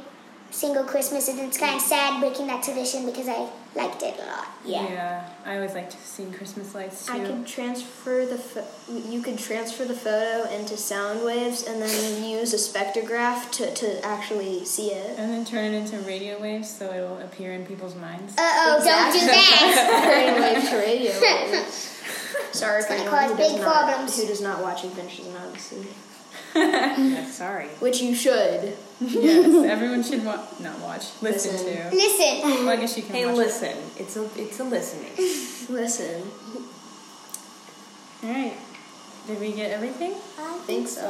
S1: single Christmas, and it's kind of sad breaking that tradition because I liked it a lot.
S5: Yeah.
S2: I always like to see Christmas lights too.
S4: I could transfer the pho- you could transfer the photo into sound waves and then use a spectrograph to, to actually see it.
S2: and then turn it into radio waves so it'll appear in people's minds.
S1: Uh oh, don't do that.
S4: Brain wave to radio waves. Sorry,
S1: It's
S4: for
S1: gonna
S4: anyone who
S1: cause
S4: does
S1: big
S4: not-
S1: problems.
S4: Who does not watch Adventures in Odyssey?
S2: Sorry.
S4: Which you should.
S2: yes, everyone should wa- not watch, listen,
S4: Listen.
S2: to.
S1: Listen.
S2: Well, I guess you can
S3: Hey,
S2: watch
S3: listen. It's a it's a listening.
S4: Listen,
S2: All right. Did we get everything?
S1: I
S4: think so.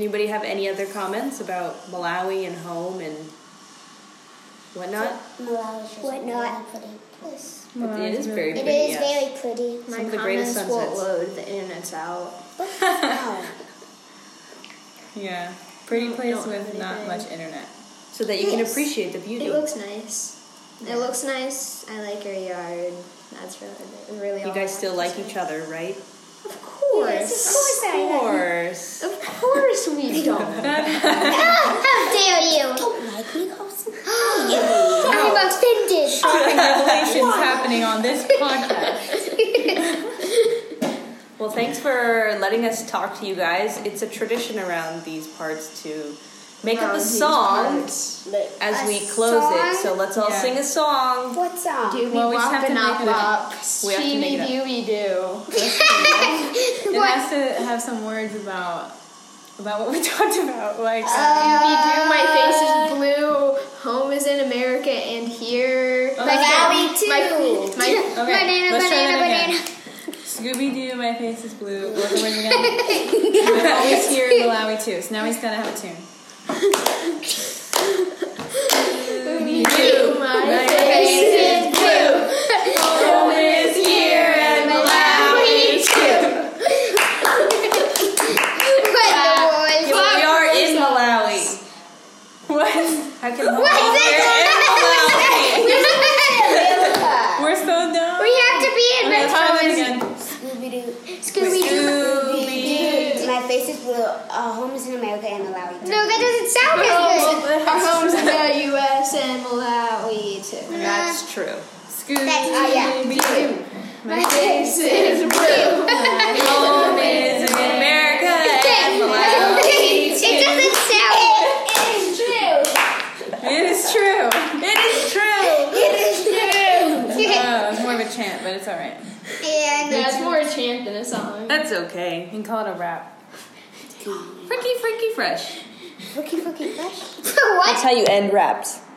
S3: Anybody have any other comments about Malawi and home and whatnot?
S5: Malawi's just
S1: What not?
S5: really pretty place.
S3: it is very
S1: It
S3: pretty.
S1: is
S3: yes.
S1: very pretty.
S4: My
S3: Some of the
S4: comments
S3: greatest
S4: won't
S3: sunsets.
S4: load. The internet's out.
S5: No.
S2: Yeah. Pretty place
S4: don't have
S2: with not
S4: anything.
S2: much internet.
S3: So that you can
S1: Yes.
S3: appreciate the beauty.
S4: It looks nice. It looks nice. I like your yard. That's really, really.
S3: you
S4: all
S3: guys
S4: I
S3: still
S4: have
S3: like
S4: to say.
S3: each other, right?
S4: Of course.
S1: Of course I
S3: Of
S1: like
S3: course.
S4: Of course we don't.
S1: How dare you?
S5: Don't like me, Carson.
S1: I'm offended.
S2: Revelations happening on this podcast.
S3: Well, thanks for letting us talk to you guys. It's a tradition around these parts to make up a
S4: Around these
S3: song
S4: parts. But
S3: as
S1: A
S3: we close it.
S1: song?
S3: So let's all
S2: Yeah.
S3: sing a song.
S1: What's up?
S4: doobie
S2: Well, we just
S4: wop
S2: have to
S4: and
S2: make
S4: op
S2: it up.
S4: up.
S3: We have to make it up.
S4: Sheeby dooby doo.
S2: It has to have some words about about what we talked about. Like
S4: Doobie doo. My face is blue. Home is in America and here.
S2: let's
S1: Malawi too.
S4: My, my,
S2: Okay,
S1: Banana,
S2: let's try
S1: banana,
S2: that
S1: banana.
S2: Scooby Doo, my face is blue. What the word again? I'm always here in Malawi too. So now he's gotta have a tune. Scooby Doo, my face is blue. Home is here in Malawi too. Uh,
S1: What in the
S3: We
S1: world?
S3: are in Malawi.
S2: What?
S3: How can
S1: What is
S3: We're
S1: this?
S2: We're so dumb.
S1: We have to be in
S2: Okay, let's try that
S1: Red
S2: again.
S5: Scooby
S1: Scooby
S5: Doo.
S1: Doo.
S5: Scooby Doo. My face is blue. Uh, home is in America and Malawi.
S1: No, that doesn't sound
S5: Oh,
S1: as good.
S4: our home's in the U.S. and Malawi too.
S3: That's true.
S2: Scooby
S1: That's- oh, yeah.
S2: Doo,
S4: My face is blue.
S3: Home is in America and Malawi.
S1: It doesn't sound.
S2: It is true. It is true.
S1: It is true.
S2: Oh, it's more of a chant, but it's all right.
S1: And
S4: That's more a chant than a song.
S3: That's okay.
S2: You can call it a rap.
S3: Freaky, freaky, fresh.
S1: Fresh. what?
S3: how you end raps.